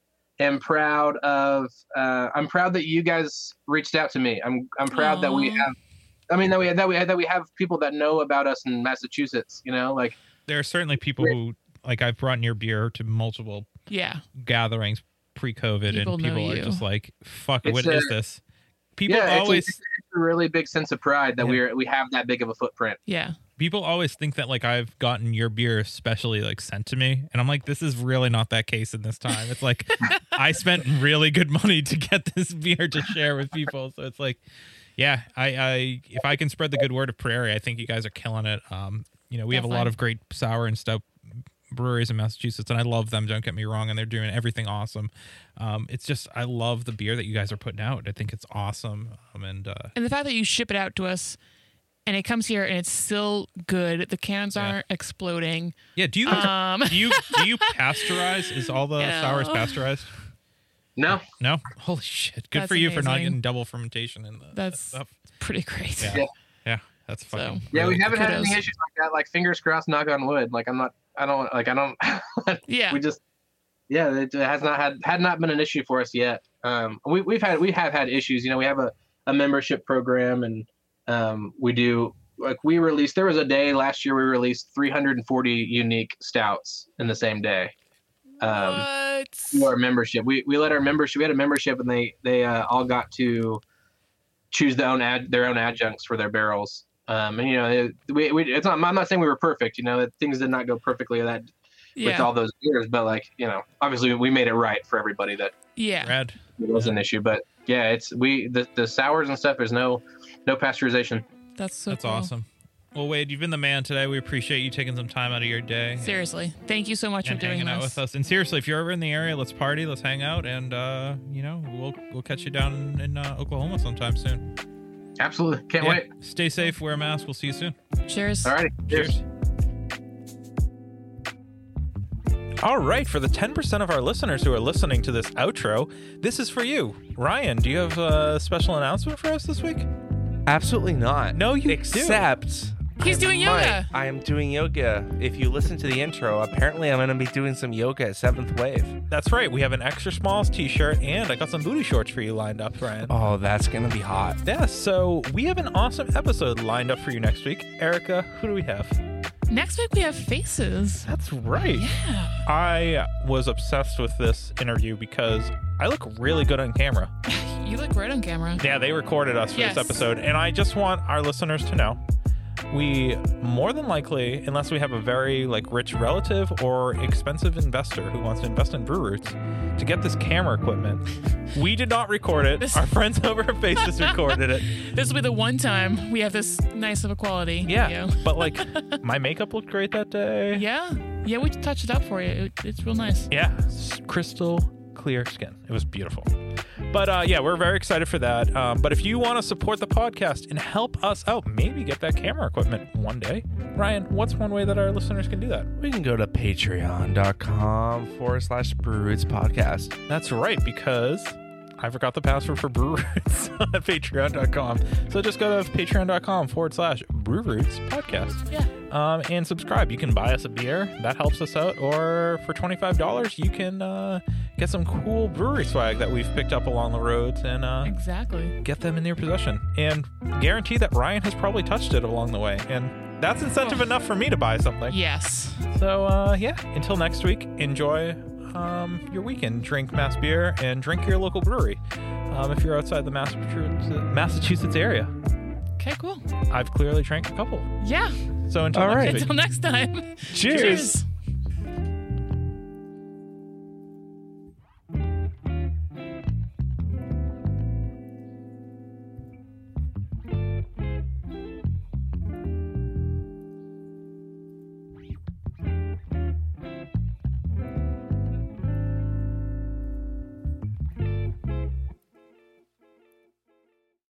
F: am proud of. Uh, I'm proud that you guys reached out to me. I'm I'm proud that we
D: Aw.
F: have. I mean that we that we that we have people that know about us in Massachusetts. You know, like
B: There are certainly people who, like, I've brought near beer to multiple
D: Yeah.
B: gatherings pre COVID,
D: People
B: and
D: know
B: people are
D: you.
B: just like, fuck,
F: It's
B: what is
F: a-
B: this? People
F: Yeah, it's a-
B: always
F: a really big sense of pride that
B: Yeah.
F: we're we have that big of a footprint.
D: Yeah.
B: people always think that like I've gotten your beer specially like sent to me, and I'm like, this is really not that case in this time. It's like I spent really good money to get this beer to share with people, so it's like, yeah, I, I if I can spread the good word of Prairie, I think you guys are killing it. Um, you know, we have a lot
D: Definitely.
B: of great sour and stuff breweries in Massachusetts, and I love them. Don't get me wrong, and they're doing everything awesome. Um, it's just I love the beer that you guys are putting out. I think it's awesome, um, and uh,
D: And the fact that you ship it out to us and it comes here and it's still good. The cans
B: Yeah.
D: aren't exploding.
B: yeah, do you?
D: Um,
B: do you do you pasteurize? Is all the
D: No.
B: sours pasteurized?
F: No,
B: No. Holy shit! Good
D: That's
B: for you for not
D: amazing.
B: getting double fermentation in the that
D: That's-
B: stuff.
D: pretty great.
B: Yeah.
F: Yeah.
B: Yeah, that's fucking.
F: yeah,
B: really
F: we haven't had
D: Kudos.
F: any issues like that. Like fingers crossed, knock on wood. Like I'm not. I don't like. I don't.
D: Yeah.
F: we just. Yeah, it has not had had not been an issue for us yet. Um, we we've had we have had issues. You know, we have a a membership program and um we do like we released there was a day last year we released 340 unique stouts in the same day um to
D: what?
F: our membership. We we let our membership. We had a membership, and they they uh, all got to choose their own ad their own adjuncts for their barrels. Um, and you know, it, we, we it's not. I'm not saying we were perfect. You know, things did not go perfectly that with
D: Yeah.
F: all those years, but like you know, obviously we made it right for everybody that
D: yeah.
B: Rad.
F: it was an issue. But yeah, it's we the the sours and stuff. There's no no pasteurization.
D: That's so
B: That's
D: cool.
B: awesome. Well, Wade, you've been the man today. We appreciate you taking some time out of your day and-
D: Seriously. Thank you so much
B: and
D: for doing
B: hanging
D: this.
B: out with us. And seriously, if you're ever in the area, let's party, let's hang out, and uh, you know, we'll we'll catch you down in uh, Oklahoma sometime soon.
F: Absolutely, can't
B: Yeah.
F: wait.
B: Stay safe. Wear a mask. We'll see you soon.
D: Cheers.
F: All righty, cheers.
I: All right, for the 10% of our listeners who are listening to this outro, this is for you. Ryan, do you have a special announcement for us this week?
C: Absolutely not.
I: No, you do.
C: Except
D: He's
C: I
D: doing
C: might-
D: yoga.
C: I am doing yoga. If you listen to the intro, apparently I'm going to be doing some yoga at Seventh Wave.
I: That's right, we have an extra smalls t shirt, and I got some booty shorts for you lined up, Ryan.
C: Oh, that's going to be hot.
I: Yeah, so we have an awesome episode lined up for you next week. Erica, who do we have?
D: Next week we have faces.
I: That's right.
D: Yeah.
I: I was obsessed with this interview because I look really good on camera.
D: You look great on camera.
I: Yeah, they recorded us for
D: Yes.
I: this episode, and I just want our listeners to know we more than likely, unless we have a very like rich relative or expensive investor who wants to invest in brew roots to get this camera equipment, we did not record it.
D: This-
I: Our friends over at Faces recorded it.
D: This will be the one time we have this nice of a quality.
I: Yeah,
D: video.
I: but like my makeup looked great that day.
D: Yeah. Yeah, we touched it up for you. It, it's real nice.
I: Yeah, s- crystal clear skin. It was beautiful. But uh, yeah, we're very excited for that. Um, but if you want to support the podcast and help us out, maybe get that camera equipment one day. Ryan, what's one way that our listeners can do that?
C: We can go to patreon.com forward slash brewroots podcast.
I: That's right, because I forgot the password for Brew Roots on patreon.com. So just go to patreon.com forward slash Brew Roots podcast.
D: Yeah.
I: Um, and subscribe. You can buy us a beer. That helps us out. Or for $25, you can uh,
B: get some cool brewery swag that we've picked up along the roads and uh,
D: Exactly.
B: get them in your possession and guarantee that Ryan has probably touched it along the way. And that's incentive enough for me to buy something.
D: Yes.
B: So, uh, yeah, until next week, enjoy um, your weekend. Drink Mass beer and drink your local brewery um, if you're outside the Massachusetts, Massachusetts area.
D: Okay, cool.
B: I've clearly drank a couple.
D: Yeah.
B: So, until
J: All
B: next
J: right.
B: week.
D: Until next time.
J: Cheers.
D: Cheers.